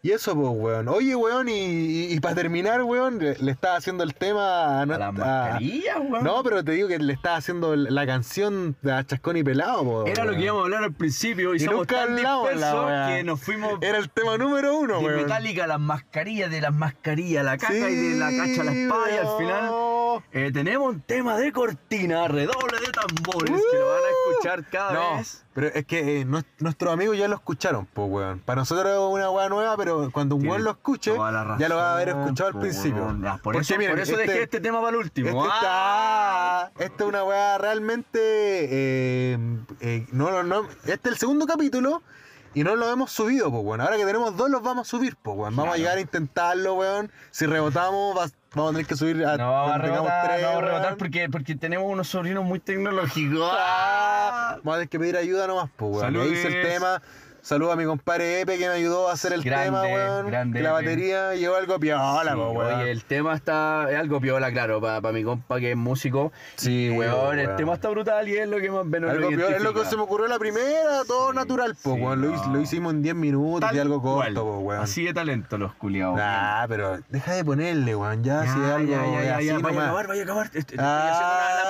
Speaker 2: y eso, pues weón. Oye, weón, y, para terminar, weón, le, le estás haciendo el tema a
Speaker 3: A
Speaker 2: nuestra.
Speaker 3: las mascarillas, weón.
Speaker 2: ah, no, pero te digo que le estás haciendo la canción a Chascón y Pelado, po,
Speaker 3: Era lo
Speaker 2: weón.
Speaker 3: que íbamos a hablar al principio y,
Speaker 2: Y
Speaker 3: somos
Speaker 2: nunca
Speaker 3: tan
Speaker 2: hablamos la
Speaker 3: dispersos
Speaker 2: weá.
Speaker 3: que nos fuimos
Speaker 2: Era el tema número uno,
Speaker 3: de
Speaker 2: weón.
Speaker 3: metálica a las mascarillas, de las mascarillas a la caca y de la
Speaker 2: Sí,
Speaker 3: cacha a la espada y al final
Speaker 2: weón. no.
Speaker 3: Eh, tenemos un tema de cortina, redoble de tambores, que lo van a escuchar cada
Speaker 2: Uh. No,
Speaker 3: vez.
Speaker 2: pero es que eh, nues- nuestros amigos ya lo escucharon, po, weón. Para nosotros es una weá nueva, pero cuando un
Speaker 3: Tiene
Speaker 2: weón lo escuche,
Speaker 3: toda la
Speaker 2: ya lo va a haber
Speaker 3: razón,
Speaker 2: escuchado al
Speaker 3: po,
Speaker 2: principio.
Speaker 3: weón. Ya, por,
Speaker 2: Porque
Speaker 3: eso,
Speaker 2: miren,
Speaker 3: por eso dejé este tema para el último.
Speaker 2: este
Speaker 3: ¡Ah!
Speaker 2: está- esta es una weá realmente. eh, eh, no, no, no. Este es el segundo capítulo y no lo hemos subido, pues, weón. Ahora que tenemos dos, los vamos a subir, pues, weón. Vamos a
Speaker 3: Claro.
Speaker 2: llegar a intentarlo, weón. Si rebotamos, vas- vamos a tener que subir a.
Speaker 3: No vamos a
Speaker 2: cuando tengamos
Speaker 3: rebotar, no vamos a
Speaker 2: weón.
Speaker 3: rebotar porque, porque tenemos unos sobrinos muy tecnológicos.
Speaker 2: Ah,
Speaker 3: ¡Ah!
Speaker 2: Vamos a tener que pedir ayuda nomás, pues, weón.
Speaker 3: Saludes.
Speaker 2: Me hice el tema. Saludos a mi compadre Epe que me ayudó a hacer el
Speaker 3: Grande,
Speaker 2: tema, weón.
Speaker 3: grande,
Speaker 2: que la
Speaker 3: Epe.
Speaker 2: batería llegó algo piola,
Speaker 3: Sí,
Speaker 2: po, weón.
Speaker 3: Oye, el tema está es algo piola, claro, para mi compa que es músico.
Speaker 2: Sí,
Speaker 3: y, weón, el
Speaker 2: weón.
Speaker 3: tema está brutal y es lo que más o menos
Speaker 2: Algo
Speaker 3: lo
Speaker 2: peor, es lo que
Speaker 3: identifica.
Speaker 2: se me ocurrió la primera, todo
Speaker 3: Sí,
Speaker 2: natural, po,
Speaker 3: sí,
Speaker 2: weón. Lo,
Speaker 3: no.
Speaker 2: hic- lo hicimos en 10 minutos
Speaker 3: Tal
Speaker 2: y algo corto,
Speaker 3: cual.
Speaker 2: po, weón.
Speaker 3: Así de talento los culiados.
Speaker 2: Nah, pero deja de ponerle, weón. Ya, si es algo así nomás.
Speaker 3: vaya a acabar. este, Estoy
Speaker 2: Ah,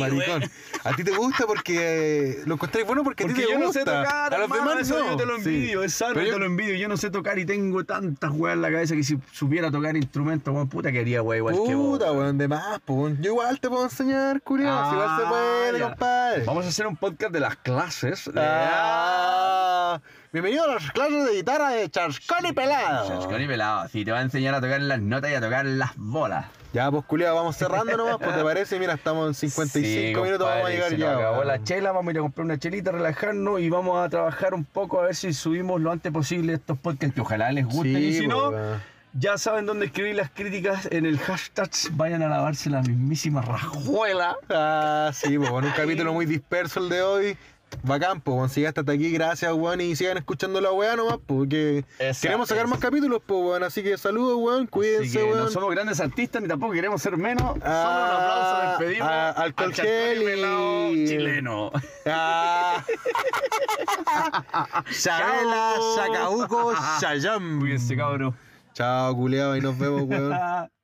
Speaker 2: maricón. A ti te gusta porque lo encontráis bueno porque, a
Speaker 3: Porque
Speaker 2: ti "Uh, te
Speaker 3: yo no
Speaker 2: gusta.
Speaker 3: sé tocar,
Speaker 2: a los
Speaker 3: hermano,
Speaker 2: demás
Speaker 3: eso
Speaker 2: no.
Speaker 3: yo te lo
Speaker 2: Sí.
Speaker 3: envidio, es sano,
Speaker 2: Pero yo-
Speaker 3: te lo envidio. Yo no sé tocar y tengo tantas weas en la cabeza que si supiera tocar instrumentos, weón, puta que haría wea igual que vos.
Speaker 2: Puta, weón, de más, po, weón. Yo igual te puedo enseñar, curioso.
Speaker 3: Ah,
Speaker 2: igual se puede,
Speaker 3: ya.
Speaker 2: compadre.
Speaker 3: Vamos a hacer un podcast de las clases. de-
Speaker 2: Ah, bienvenido a las clases de guitarra de Charcón y Pelado.
Speaker 3: Chascón y pelado. Sí, te va a enseñar a tocar las notas y a tocar las bolas.
Speaker 2: Ya, pues, culiado, vamos cerrando nomás, pues, ¿te parece? Mira, estamos en 55
Speaker 3: Sí,
Speaker 2: minutos,
Speaker 3: compadre,
Speaker 2: vamos a llegar
Speaker 3: se
Speaker 2: ya.
Speaker 3: nos acabó
Speaker 2: weón.
Speaker 3: la chela, vamos a ir a comprar una chelita, relajarnos y vamos a trabajar un poco a ver si subimos lo antes posible estos podcasts que ojalá les gusten.
Speaker 2: Sí,
Speaker 3: y si no,
Speaker 2: weón.
Speaker 3: ya saben dónde escribir las críticas en el hashtag. Vayan a lavarse la mismísima rajuela.
Speaker 2: Ah, sí, pues, con un capítulo muy disperso el de hoy. Bacán, pues, weón, si llegaste hasta aquí, gracias, weón, y sigan escuchando la weá nomás, porque
Speaker 3: Esa
Speaker 2: queremos sacar
Speaker 3: es.
Speaker 2: más capítulos, pues, weón, así que saludos, weón,
Speaker 3: Así
Speaker 2: cuídense,
Speaker 3: que
Speaker 2: weón.
Speaker 3: no somos grandes artistas ni tampoco queremos ser menos. Solo un
Speaker 2: Ah,
Speaker 3: aplauso, despedimos.
Speaker 2: ah,
Speaker 3: al
Speaker 2: alcohol
Speaker 3: Chascón y
Speaker 2: gel y-
Speaker 3: pelado chileno.
Speaker 2: Ah. Chabela, Chacabuco, Chayam.
Speaker 3: Cuídense, cabrón.
Speaker 2: Chao, culeado, y nos vemos, weón.